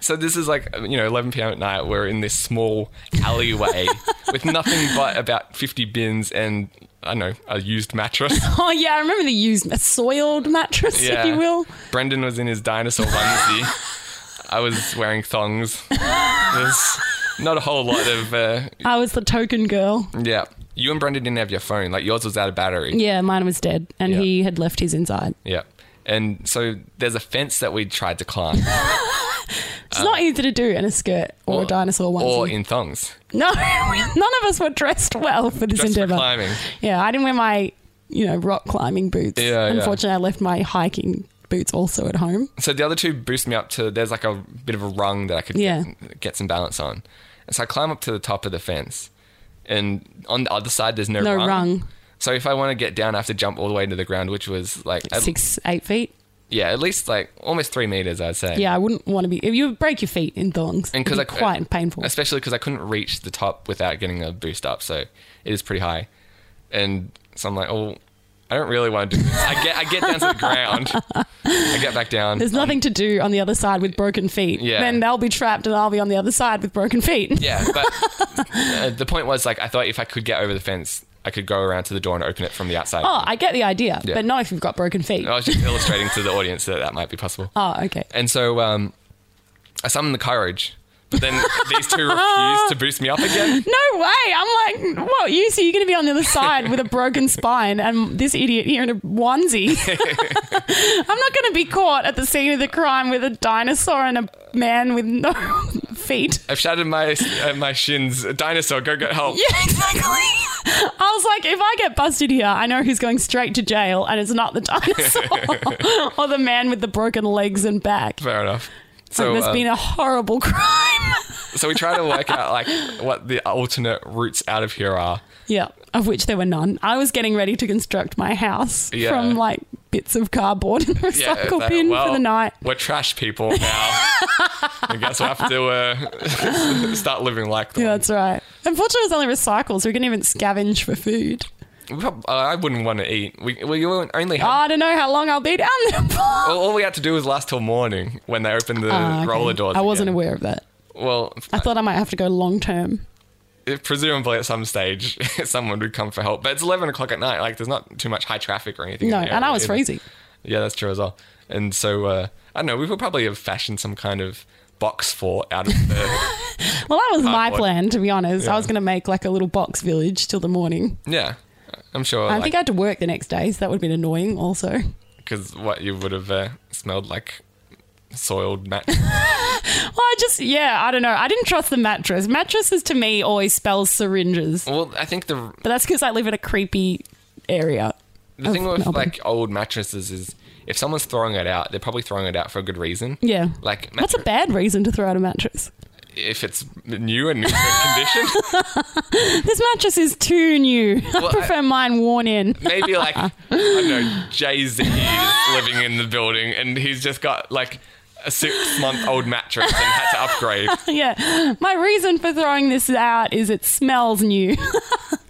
so this is like, you know, 11 p.m. at night, we're in this small alleyway with nothing but about 50 bins and, I don't know, a used mattress. Oh yeah, I remember the used, a soiled mattress, if you will. Brendan was in his dinosaur onesie. I was wearing thongs. There's not a whole lot of. Uh, I was the token girl. yeah. You and Brendan didn't have your phone. Like yours was out of battery. Yeah, mine was dead, and Yeah. he had left his inside. Yeah. And so there's a fence that we tried to climb. It's not easy to do in a skirt or, a dinosaur onesie. Um, Or in thongs. no, none of us were dressed well for this Just for endeavor. climbing. Yeah, I didn't wear my, you know, rock climbing boots. Yeah, yeah. Unfortunately, I left my hiking boots also at home. So the other two boost me up to there's like a bit of a rung that I could Yeah. get, get some balance on. And so I climb up to the top of the fence. And on the other side there's no, No rung. rung. So if I want to get down I have to jump all the way to the ground, which was like at- Six, eight feet. Yeah, at least like almost three meters, I'd say. Yeah, I wouldn't want to be. You would break your feet in thongs. and because I It'd be quite painful. especially because I couldn't reach the top without getting a boost up, so it is pretty high. And so I'm like, oh, I don't really want to do this. I get I get down to the ground, I get back down. There's nothing to do on the other side with broken feet. Yeah. Then they'll be trapped, and I'll be on the other side with broken feet. yeah, but uh, the point was like I thought if I could get over the fence, I could go around to the door and open it from the outside. Oh, I get the idea, Yeah. Oh, but not if you've got broken feet. I was just illustrating to the audience that that might be possible. Oh, okay. And so um, I summoned the courage but then these two refuse to boost me up again. No way. I'm like, what use are you going to be on the other side with a broken spine and this idiot here in a onesie? I'm not going to be caught at the scene of the crime with a dinosaur and a man with no feet. I've shattered my uh, my shins. Dinosaur, go get help. Yeah, exactly. I was like, if I get busted here, I know who's going straight to jail, and it's not the dinosaur or the man with the broken legs and back. Fair enough. So So, there's uh, been a horrible crime. so we try to work out like what the alternate routes out of here are. yeah, of which there were none. I was getting ready to construct my house Yeah. from like bits of cardboard and recycle that- bin for well, the night. We're trash people now. I guess we have to uh, start living like them. Yeah, that's right. Unfortunately, it was only recycled, so we couldn't even scavenge for food. We prob- uh, I wouldn't want to eat. We, we wouldn't only Oh, have. I don't know how long I'll be down there for. all, all we had to do was last till morning when they opened Oh, the Ah, okay. roller doors. I wasn't again. aware of that. Well, I thought I might have to go long term. it- presumably at some stage someone would come for help. But it's eleven o'clock at night. Like there's not too much high traffic or anything. in No, the and I area was either. freezing. Yeah, that's true as well. And so uh, I don't know. We would probably have fashioned some kind of box fort out of the. Well, that was my Cardboard. plan, to be honest. Yeah. I was going to make like a little box village till the morning. yeah, I'm sure. I think I had to work the next day, so that would have been annoying also. because what you would have uh, smelled like soiled mat. Well, I just, yeah, I don't know. I didn't trust the mattress. Mattresses to me always spells syringes. well, I think the But that's because I live in a creepy area. the of thing with Melbourne. like old mattresses is if someone's throwing it out, they're probably throwing it out for a good reason. Yeah. Like What's a bad reason to throw out a mattress? if it's new and in good condition, This mattress is too new. I Well, I- prefer mine worn in. maybe like I don't know Jay Z is living in the building and he's just got like a six month old mattress and had to upgrade. yeah. My reason for throwing this out is it smells new.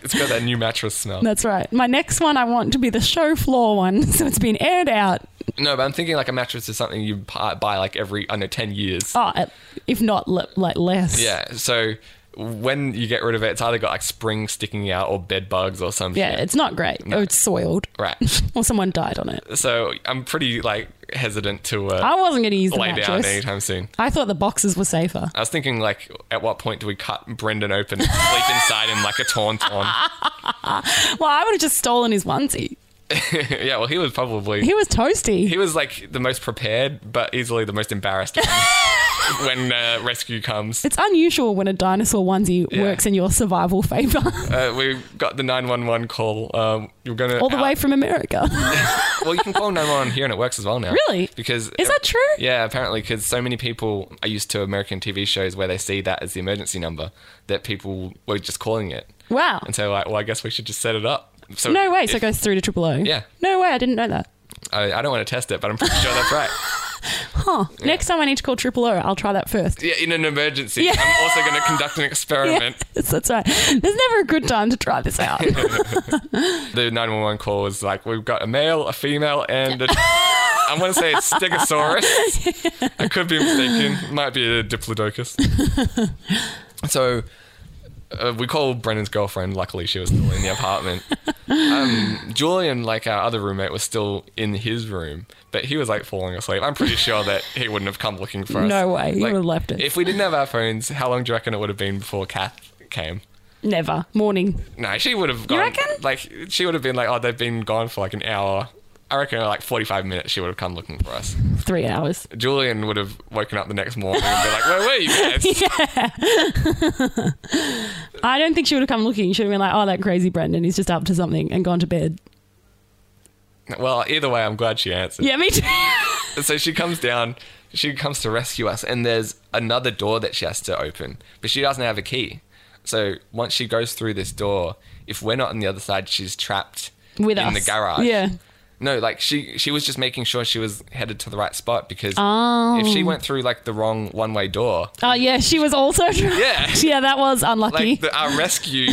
It's got that new mattress smell. That's right. My next one I want to be the show floor one, so it's been aired out. No, but I'm thinking like a mattress is something you buy buy, like every I don't know ten years. Oh, at- if not le- like less. Yeah, so when you get rid of it, it's either got like springs sticking out or bed bugs or something. Yeah, it's not great. Oh, it's soiled. Right. or someone died on it. So I'm pretty like hesitant to. Uh, I wasn't gonna use the lay down mattress. anytime soon. I thought the boxes were safer. I was thinking like, at what point do we cut Brendan open, and sleep inside him like a tauntaun? Well, I would have just stolen his onesie. yeah, well, he was probably He was toasty. he was like the most prepared, but easily the most embarrassed when uh, rescue comes. It's unusual when a dinosaur onesie Yeah. works in your survival favor, Uh, we got the 911 call. Um, you're gonna all the way from America. well, you can call 911 here and it works as well now. Really? Because uh, Is that true? Yeah, apparently, because so many people are used to American TV shows where they see that as the emergency number that people were just calling it. Wow. And so, like, well, I guess we should just set it up. So no way. so if- it goes through to triple O. Yeah. No way. I didn't know that. I, I don't want to test it, but I'm pretty sure that's right. Huh. Next time I need to call triple O, I'll try that first. Yeah, in an emergency, Yeah. I'm also going to conduct an experiment. Yes, that's right. There's never a good time to try this out. The 911 call was like, we've got a male, a female, and a. I want to say it's Stegosaurus. I could be mistaken. Might be a Diplodocus. so uh, we called Brendan's girlfriend. Luckily, she was still in the apartment. Um, Julian, like our other roommate, was still in his room, but he was like falling asleep. I'm pretty sure that he wouldn't have come looking for us. No way, he Like, would have left us. If we didn't have our phones, how long do you reckon it would have been before Kath came? never. Morning. No, she would have gone. reckon? Like she would have been like, oh, they've been gone for like an hour. I reckon like 45 minutes she would have come looking for us. Three hours. Julian would have woken up the next morning and been like, where were you guys? I don't think she would have come looking. She would have been like, oh, that crazy Brendan is just up to something and gone to bed. Well, either way, I'm glad she answered. Yeah, me too. So she comes down, she comes to rescue us, and there's another door that she has to open, but she doesn't have a key. So once she goes through this door, if we're not on the other side, she's trapped With in us. the garage. Yeah. No, like she she was just making sure she was headed to the right spot because Oh. if she went through like the wrong one way door, Oh, yeah. She was also. Yeah. yeah, that was unlucky. like the, our rescue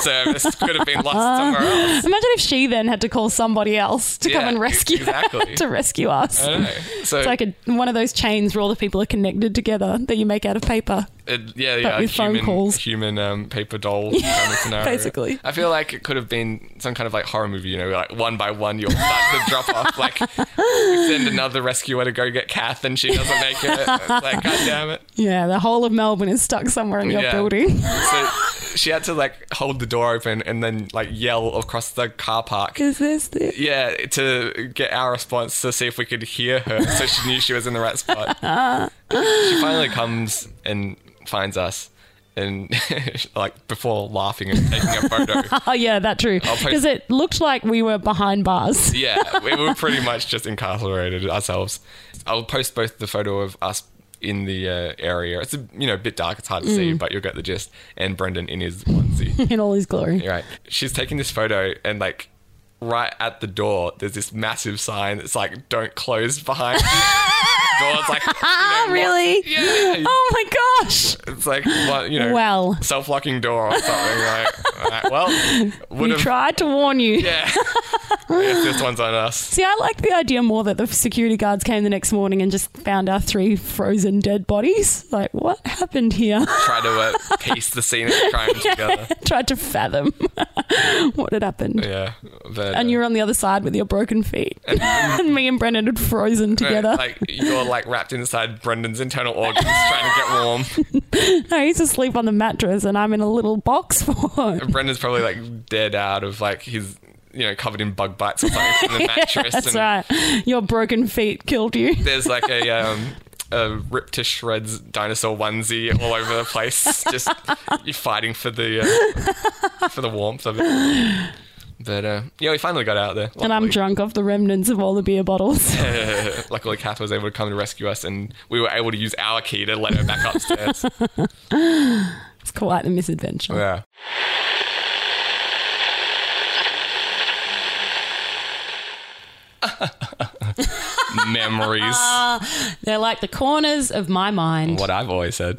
service could have been lost Ah. somewhere else. Imagine if she then had to call somebody else to Yeah, come and rescue her- exactly. to rescue us. I know. So It's like a, one of those chains where all the people are connected together that you make out of paper. it, yeah, But yeah, with phone human, calls. human um, paper doll kind of scenario. basically. I feel like it could have been some kind of like horror movie, you know, like one by one you'll start to drop off. Like, we send another rescuer to go get Kath and she doesn't make it. It's like, God damn it. Yeah, the whole of Melbourne is stuck somewhere in your Yeah. building. So she had to like hold the door open and then like yell across the car park. Is this the Yeah, to get our response to see if we could hear her so she knew she was in the right spot. Ah. she finally comes and finds us and like before laughing and taking a photo oh yeah, that true. I'll post- Because it looked like we were behind bars. yeah we were pretty much just incarcerated ourselves i'll post both the photo of us in the uh, area it's a you know bit dark it's hard to see Mm. but you'll get the gist and brendan in his onesie in all his glory. You're right. She's taking this photo and like right at the door, there's this massive sign that's like "Don't close behind." you." Doors like Ah, really? Yeah. Oh my gosh. it's like what you know, Well. self-locking door or something. Like, all right, well, would we have. tried to warn you. Yeah. Yes, this one's on us. See, I like the idea more that the security guards came the next morning and just found our three frozen dead bodies. Like, what happened here? Try to uh, piece the scene of the crime together. Tried to fathom what had happened. Yeah, but, And uh, you were on the other side with your broken feet. And- and me and Brennan had frozen together. Like you're like wrapped inside Brendan's internal organs, trying to get warm. no, he's asleep on the mattress and I'm in a little box for And Brendan's probably like dead out of like his, you know, covered in bug bites or something from the Yeah, mattress. and That's right. Your broken feet killed you. There's like a um, a ripped to shreds dinosaur onesie all over the place. Just you're fighting for the uh, for the warmth of it. But uh, yeah, we finally got out there. And I'm drunk off the remnants of all the beer bottles. Luckily, Kath was able to come and rescue us, and we were able to use our key to let her back upstairs. it's quite the misadventure. Oh, yeah. Memories. Ah, they're like the corners of my mind. What I've always said.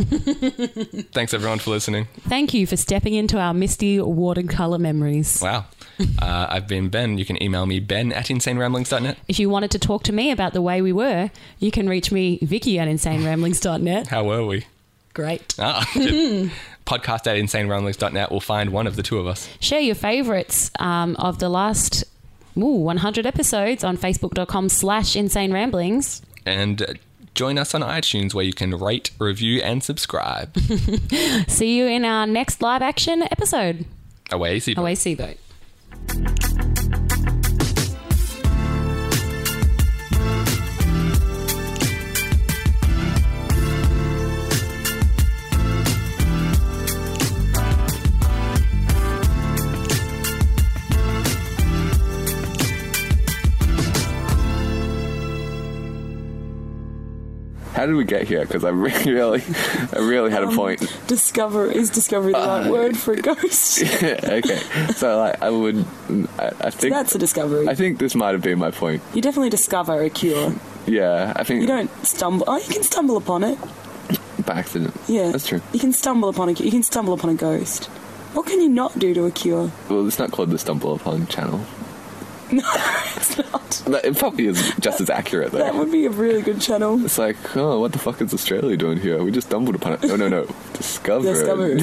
Thanks everyone for listening. Thank you for stepping into our misty watercolor memories. Wow. Uh, I've been Ben. You can email me ben at insaneramblings.net. If you wanted to talk to me about the way we were, you can reach me, Vicky at insaneramblings.net. How were we? Great. Ah, podcast at insaneramblings.net. We'll find one of the two of us. Share your favorites um, of the last ooh, 100 episodes on facebook.com slash insane ramblings. And uh, join us on iTunes where you can rate, review, and subscribe. See you in our next live action episode. Away, see Away sea boat. How did we get here? Because I really, I really had a point. Discover is discovery the right word for a ghost. Yeah, okay, so like I would, I, I think that's a discovery. I think this might have been my point. You definitely discover a cure. Yeah, I You think don't stumble. Oh, you can stumble upon it. by accident. Yeah, that's true. You can stumble upon a you can stumble upon a ghost. What can you not do to a cure? Well, it's not called the Stumble Upon channel. No, it's not. It probably is just as accurate though. That would be a really good channel. It's like, oh, what the fuck is Australia doing here? We just stumbled upon it. No, no, no. Discovered. Discovered.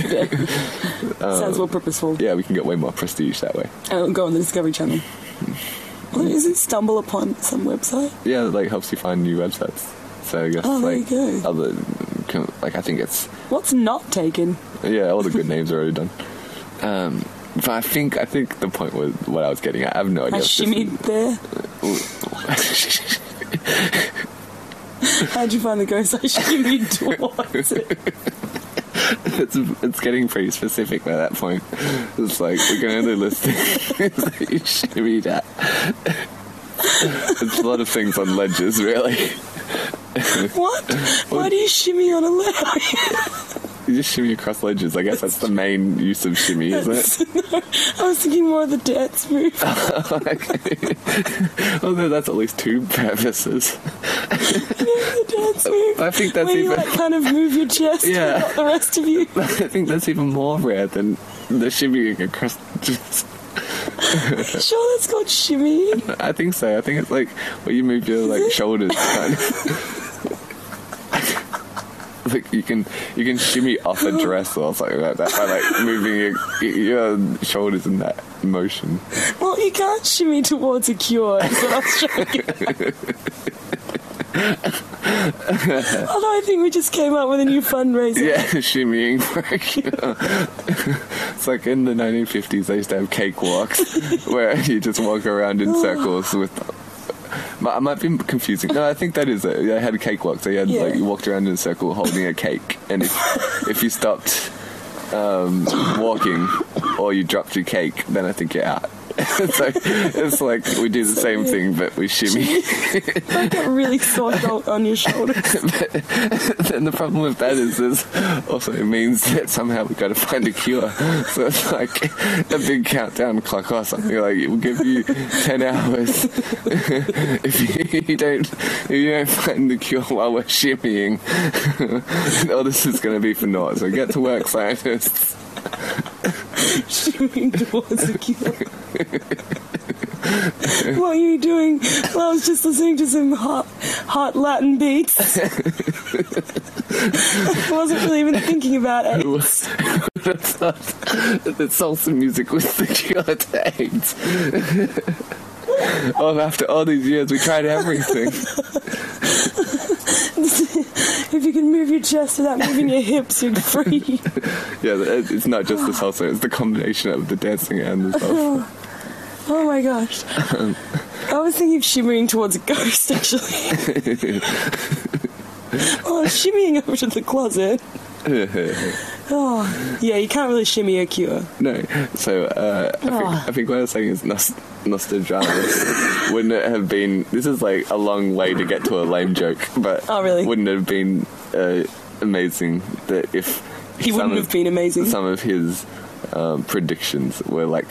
Um, Sounds more purposeful. Yeah, we can get way more prestige that way. Oh, go on the Discovery Channel. Well, isn't stumble upon some website? Yeah, it, like helps you find new websites. So I guess Oh, there like you go. other, com- like I think it's What's not taken? yeah, all the good names are already done. Um, but I think I think the point was what I was getting at. I have no I idea. if this- shimmied there. How'd you find the ghost? I shimmied towards it. it's it's getting pretty specific by that point. It's like we can only list things that you should read at. It's a lot of things on ledges, really. What? Why do you shimmy on a ledge? You just shimmy across ledges. I guess that's the main use of shimmy, isn't it? no, I was thinking more of the dance move. Although that's at least two purposes. the dance move. I think that's where you even- like kind of move your chest, yeah. Yeah. not the rest of you. I think that's even more rare than the shimmying across. sure, Oh, that's called shimmy. I think so. I think it's like where you move your like shoulders. Kind of. It's like you can you can shimmy up a dress or something like that by like moving your, your shoulders in that motion. Well, you can't shimmy towards a cure. Is what I was trying to get at. Although I think we just came up with a new fundraiser. Yeah, shimmying for a cure. it's like in the 1950s, they used to have cakewalks where you just walk around in circles with. I might be confusing. No, I think that is it. They had cakewalks. They had Yeah. like you walked around in a circle holding a cake, and if if you stopped um, walking or you dropped your cake, then I think you're out. so it's like we do the same thing, but we shimmy. I got really sore throat on your shoulders. then the problem with that is, is also it means that somehow we've got to find a cure. So it's like a big countdown clock or something. Like it will give you ten hours if you, don't if you don't find the cure while we're shimmying. all this is going to be for naught. So get to work, scientists. Shimmying towards the cure. what are you doing? Well, I was just listening to some hot, hot Latin beats. I wasn't really even thinking about it. That's not, that salsa music was the cure to AIDS. oh, after all these years, we tried everything. if you can move your chest without moving your hips, you're free. Yeah, it- it's not just the salsa; it's the combination of the dancing and the salsa. oh, oh my gosh. Um, I was thinking of shimmying towards a ghost, actually. Oh, shimmying over to the closet. Oh, yeah, you can't really shimmy a cure. no, so uh, I, think, Oh. I think what I was saying is Nost- Nostradamus wouldn't it have been. This is like a long way to get to a lame joke, but Oh, really? wouldn't it have been uh, amazing that if He wouldn't some have been amazing. Some of his um, predictions were like.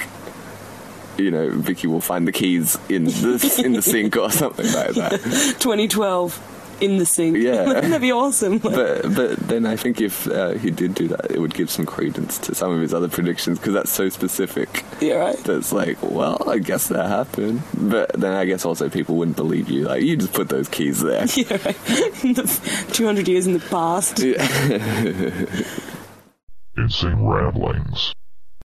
You know, Vicky will find the keys in the in the sink or something like that. 2012 in the sink. Yeah. Wouldn't that be awesome? But but then I think if uh, he did do that, it would give some credence to some of his other predictions because that's so specific. Yeah, right. That's like, well, I guess that happened. But then I guess also people wouldn't believe you. Like you just put those keys there. Yeah, right. In the 200 years in the past. Yeah. Insane ramblings.